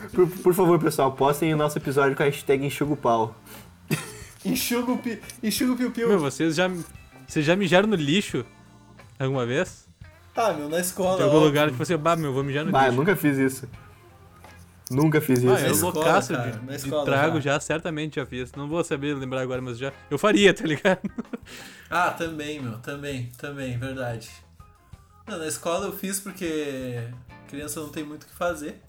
S2: um Por, por favor, pessoal, postem o nosso episódio com a hashtag enxuga o pau.
S3: Enxuga o, pi... Enxuga o piu-piu.
S1: Meu, vocês já. Vocês já mijaram no lixo alguma vez?
S3: Tá, meu, na escola.
S1: Em algum
S3: ó.
S1: lugar, tipo assim, bah, meu, vou mijar no
S2: Bah, eu
S1: lixo.
S2: nunca fiz isso. Nunca fiz isso.
S1: Ah, eu
S3: Na escola,
S1: loucaço
S3: cara, na
S1: de, de
S3: escola
S1: trago
S3: já.
S1: já. certamente já fiz. Não vou saber lembrar agora, mas já. Eu faria, tá ligado?
S3: Ah, também, meu, também, também, verdade. Não, na escola eu fiz porque criança não tem muito o que fazer.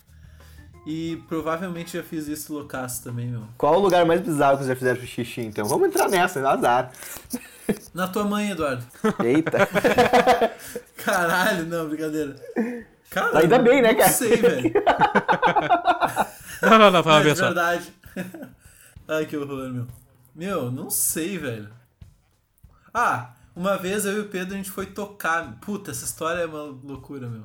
S3: E provavelmente já fiz isso loucaço também, meu.
S2: Qual o lugar mais bizarro que vocês já fizeram pro xixi, então? Vamos entrar nessa, azar.
S3: Na tua mãe, Eduardo.
S2: Eita.
S3: Caralho, não, brincadeira. Cara,
S2: Ainda bem, né, cara?
S3: Não sei, velho.
S1: Não, não, não, foi uma
S3: Mas
S1: vez só.
S3: É verdade. Ai, que horror, meu. Meu, não sei, velho. Ah, uma vez eu e o Pedro a gente foi tocar. Puta, essa história é uma loucura, meu.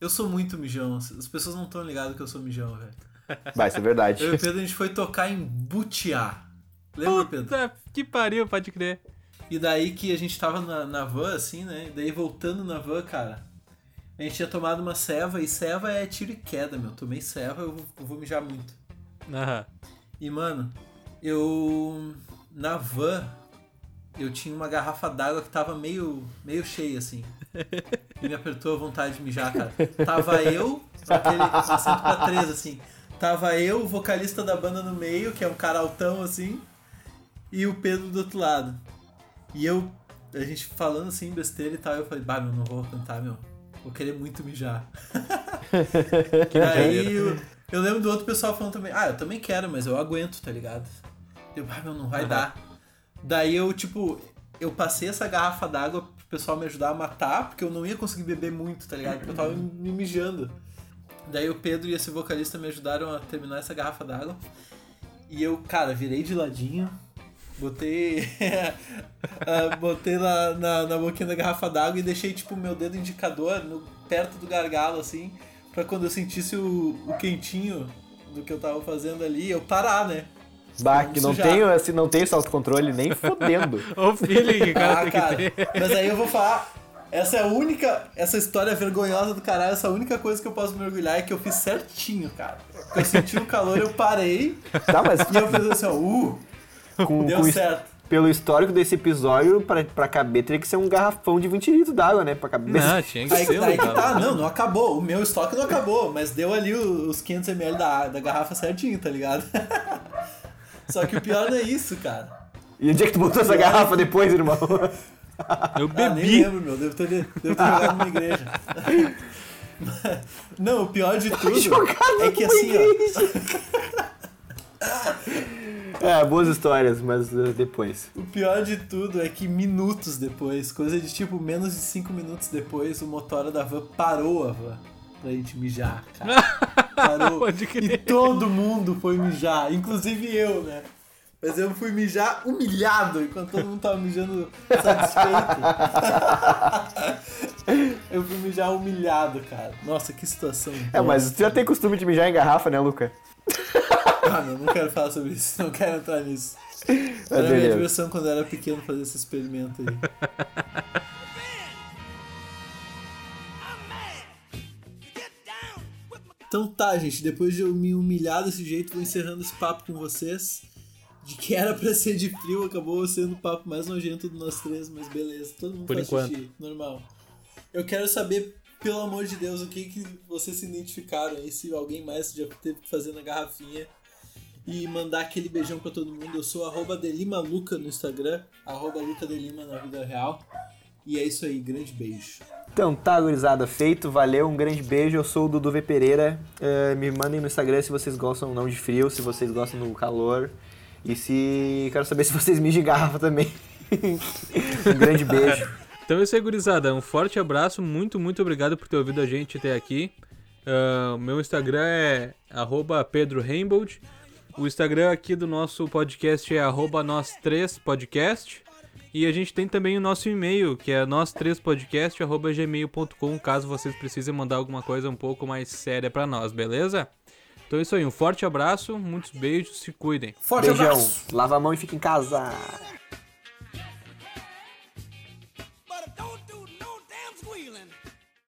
S3: Eu sou muito mijão. As pessoas não estão ligadas que eu sou mijão, velho.
S2: Vai, isso é
S3: Eu e
S2: verdade.
S3: o Pedro a gente foi tocar em Butiá. Lembra, Pedro?
S1: Puta que pariu, pode crer.
S3: E daí que a gente tava na, na van, assim, né? E daí voltando na van, cara, a gente tinha tomado uma ceva, e ceva é tiro e queda, meu. Tomei ceva, eu vou- eu vou mijar muito.
S1: Aham.
S3: E, mano, eu. Na van, eu tinha uma garrafa d'água que tava meio, meio cheia, assim. E me apertou a vontade de mijar, cara. Tava eu, aquele assento pra três, assim. Tava eu, o vocalista da banda no meio, que é um cara altão, assim. E o Pedro do outro lado. E eu, a gente falando assim, besteira e tal. Eu falei, bah, meu, não vou cantar, meu. Vou querer muito mijar. E aí eu, eu lembro do outro pessoal falando também, ah, eu também quero, mas eu aguento, tá ligado? Eu, ah, meu, não vai dar. Daí eu, tipo, eu passei essa garrafa d'água pro pessoal me ajudar a matar, porque eu não ia conseguir beber muito, tá ligado? Porque eu tava me mijando. Daí o Pedro e esse vocalista me ajudaram a terminar essa garrafa d'água. E eu, cara, virei de ladinho, botei. ah, botei na, na, na boquinha da garrafa d'água e deixei, tipo, meu dedo indicador no, perto do gargalo, assim, pra quando eu sentisse o, o quentinho do que eu tava fazendo ali, eu parar, né?
S5: Bah, que não
S3: Sujar.
S5: tenho, assim, não tenho esse autocontrole nem fodendo.
S1: Olha o feeling que o cara
S3: Ah,
S1: tem
S3: cara,
S1: que ter.
S3: mas aí eu vou falar. Essa é a única. Essa história vergonhosa do caralho, essa única coisa que eu posso mergulhar é que eu fiz certinho, cara. Eu senti o calor, eu parei
S5: Tá, mas
S3: e eu fiz assim, ó, uh,
S1: Um
S2: Com-
S3: deu
S2: com his-
S3: certo.
S2: Pelo histórico desse episódio, pra, pra caber teria que ser um garrafão de 20 litros d'água, né? Pra caber.
S1: Não, Ah, tinha que
S3: Aí,
S1: ser,
S3: daí que
S1: cara.
S3: tá, não, não acabou. O meu estoque não acabou, mas deu ali o- os 500ml da, da garrafa certinho, tá ligado? Só que o pior não é isso, cara.
S2: E onde é que tu botou essa garrafa depois, irmão?
S1: Eu
S3: Ah, nem
S1: bebi.
S3: lembro, meu. Devo ter, devo ter jogado numa igreja. Não, o pior
S1: Tá
S3: de tudo é que assim, ó.
S2: é, boas histórias, mas uh, depois.
S3: O pior de tudo é que minutos depois, coisa de tipo menos de 5 minutos depois, o motora da van parou a van pra gente mijar, cara. Parou.
S1: Pode crer.
S3: E todo mundo foi mijar, inclusive eu, né? Mas eu fui mijar humilhado enquanto todo mundo tava mijando satisfeito. eu fui mijar humilhado, cara. Nossa, que situação.
S5: É, mas tu já tem costume de mijar em garrafa, né, Luca?
S3: Ah, não, não quero falar sobre isso, não quero entrar nisso.
S5: Mas
S3: Era a minha
S5: beleza.
S3: diversão quando É, eu era pequeno fazer esse experimento aí. Então tá, gente, depois de eu me humilhar desse jeito, vou encerrando esse papo com vocês. De que era pra ser de frio, acabou sendo o papo mais nojento de nós três, mas beleza, todo mundo
S1: Por
S3: faz
S1: enquanto.
S3: xixi, normal. Eu quero saber, pelo amor de Deus, o que, que vocês se identificaram aí, se alguém mais já teve que fazer na garrafinha. E mandar aquele beijão pra todo mundo. Eu sou arroba delimaluca no Instagram, arroba lucadelima na vida real. E é isso aí, grande beijo.
S2: Então tá, gurizada, feito, valeu, um grande beijo. Eu sou o Dudu V. Pereira. Eh, me mandem no Instagram se vocês gostam ou não de frio, se vocês gostam do calor. E se. Quero saber se vocês mijam em garrafa também. um grande beijo.
S1: Então é isso aí, gurizada. Um forte abraço. Muito, muito obrigado por ter ouvido a gente até aqui. Ah, meu Instagram é arroba Pedro Rainbold. O Instagram aqui do nosso podcast é arroba nós três podcast. E a gente tem também o nosso e-mail, que é nós três podcast arroba gmail.com, caso vocês precisem mandar alguma coisa um pouco mais séria pra nós, beleza? Então é isso aí, um forte abraço, muitos beijos, se cuidem.
S3: Forte
S2: Beijão.
S3: abraço!
S2: Lava a mão e fica em casa.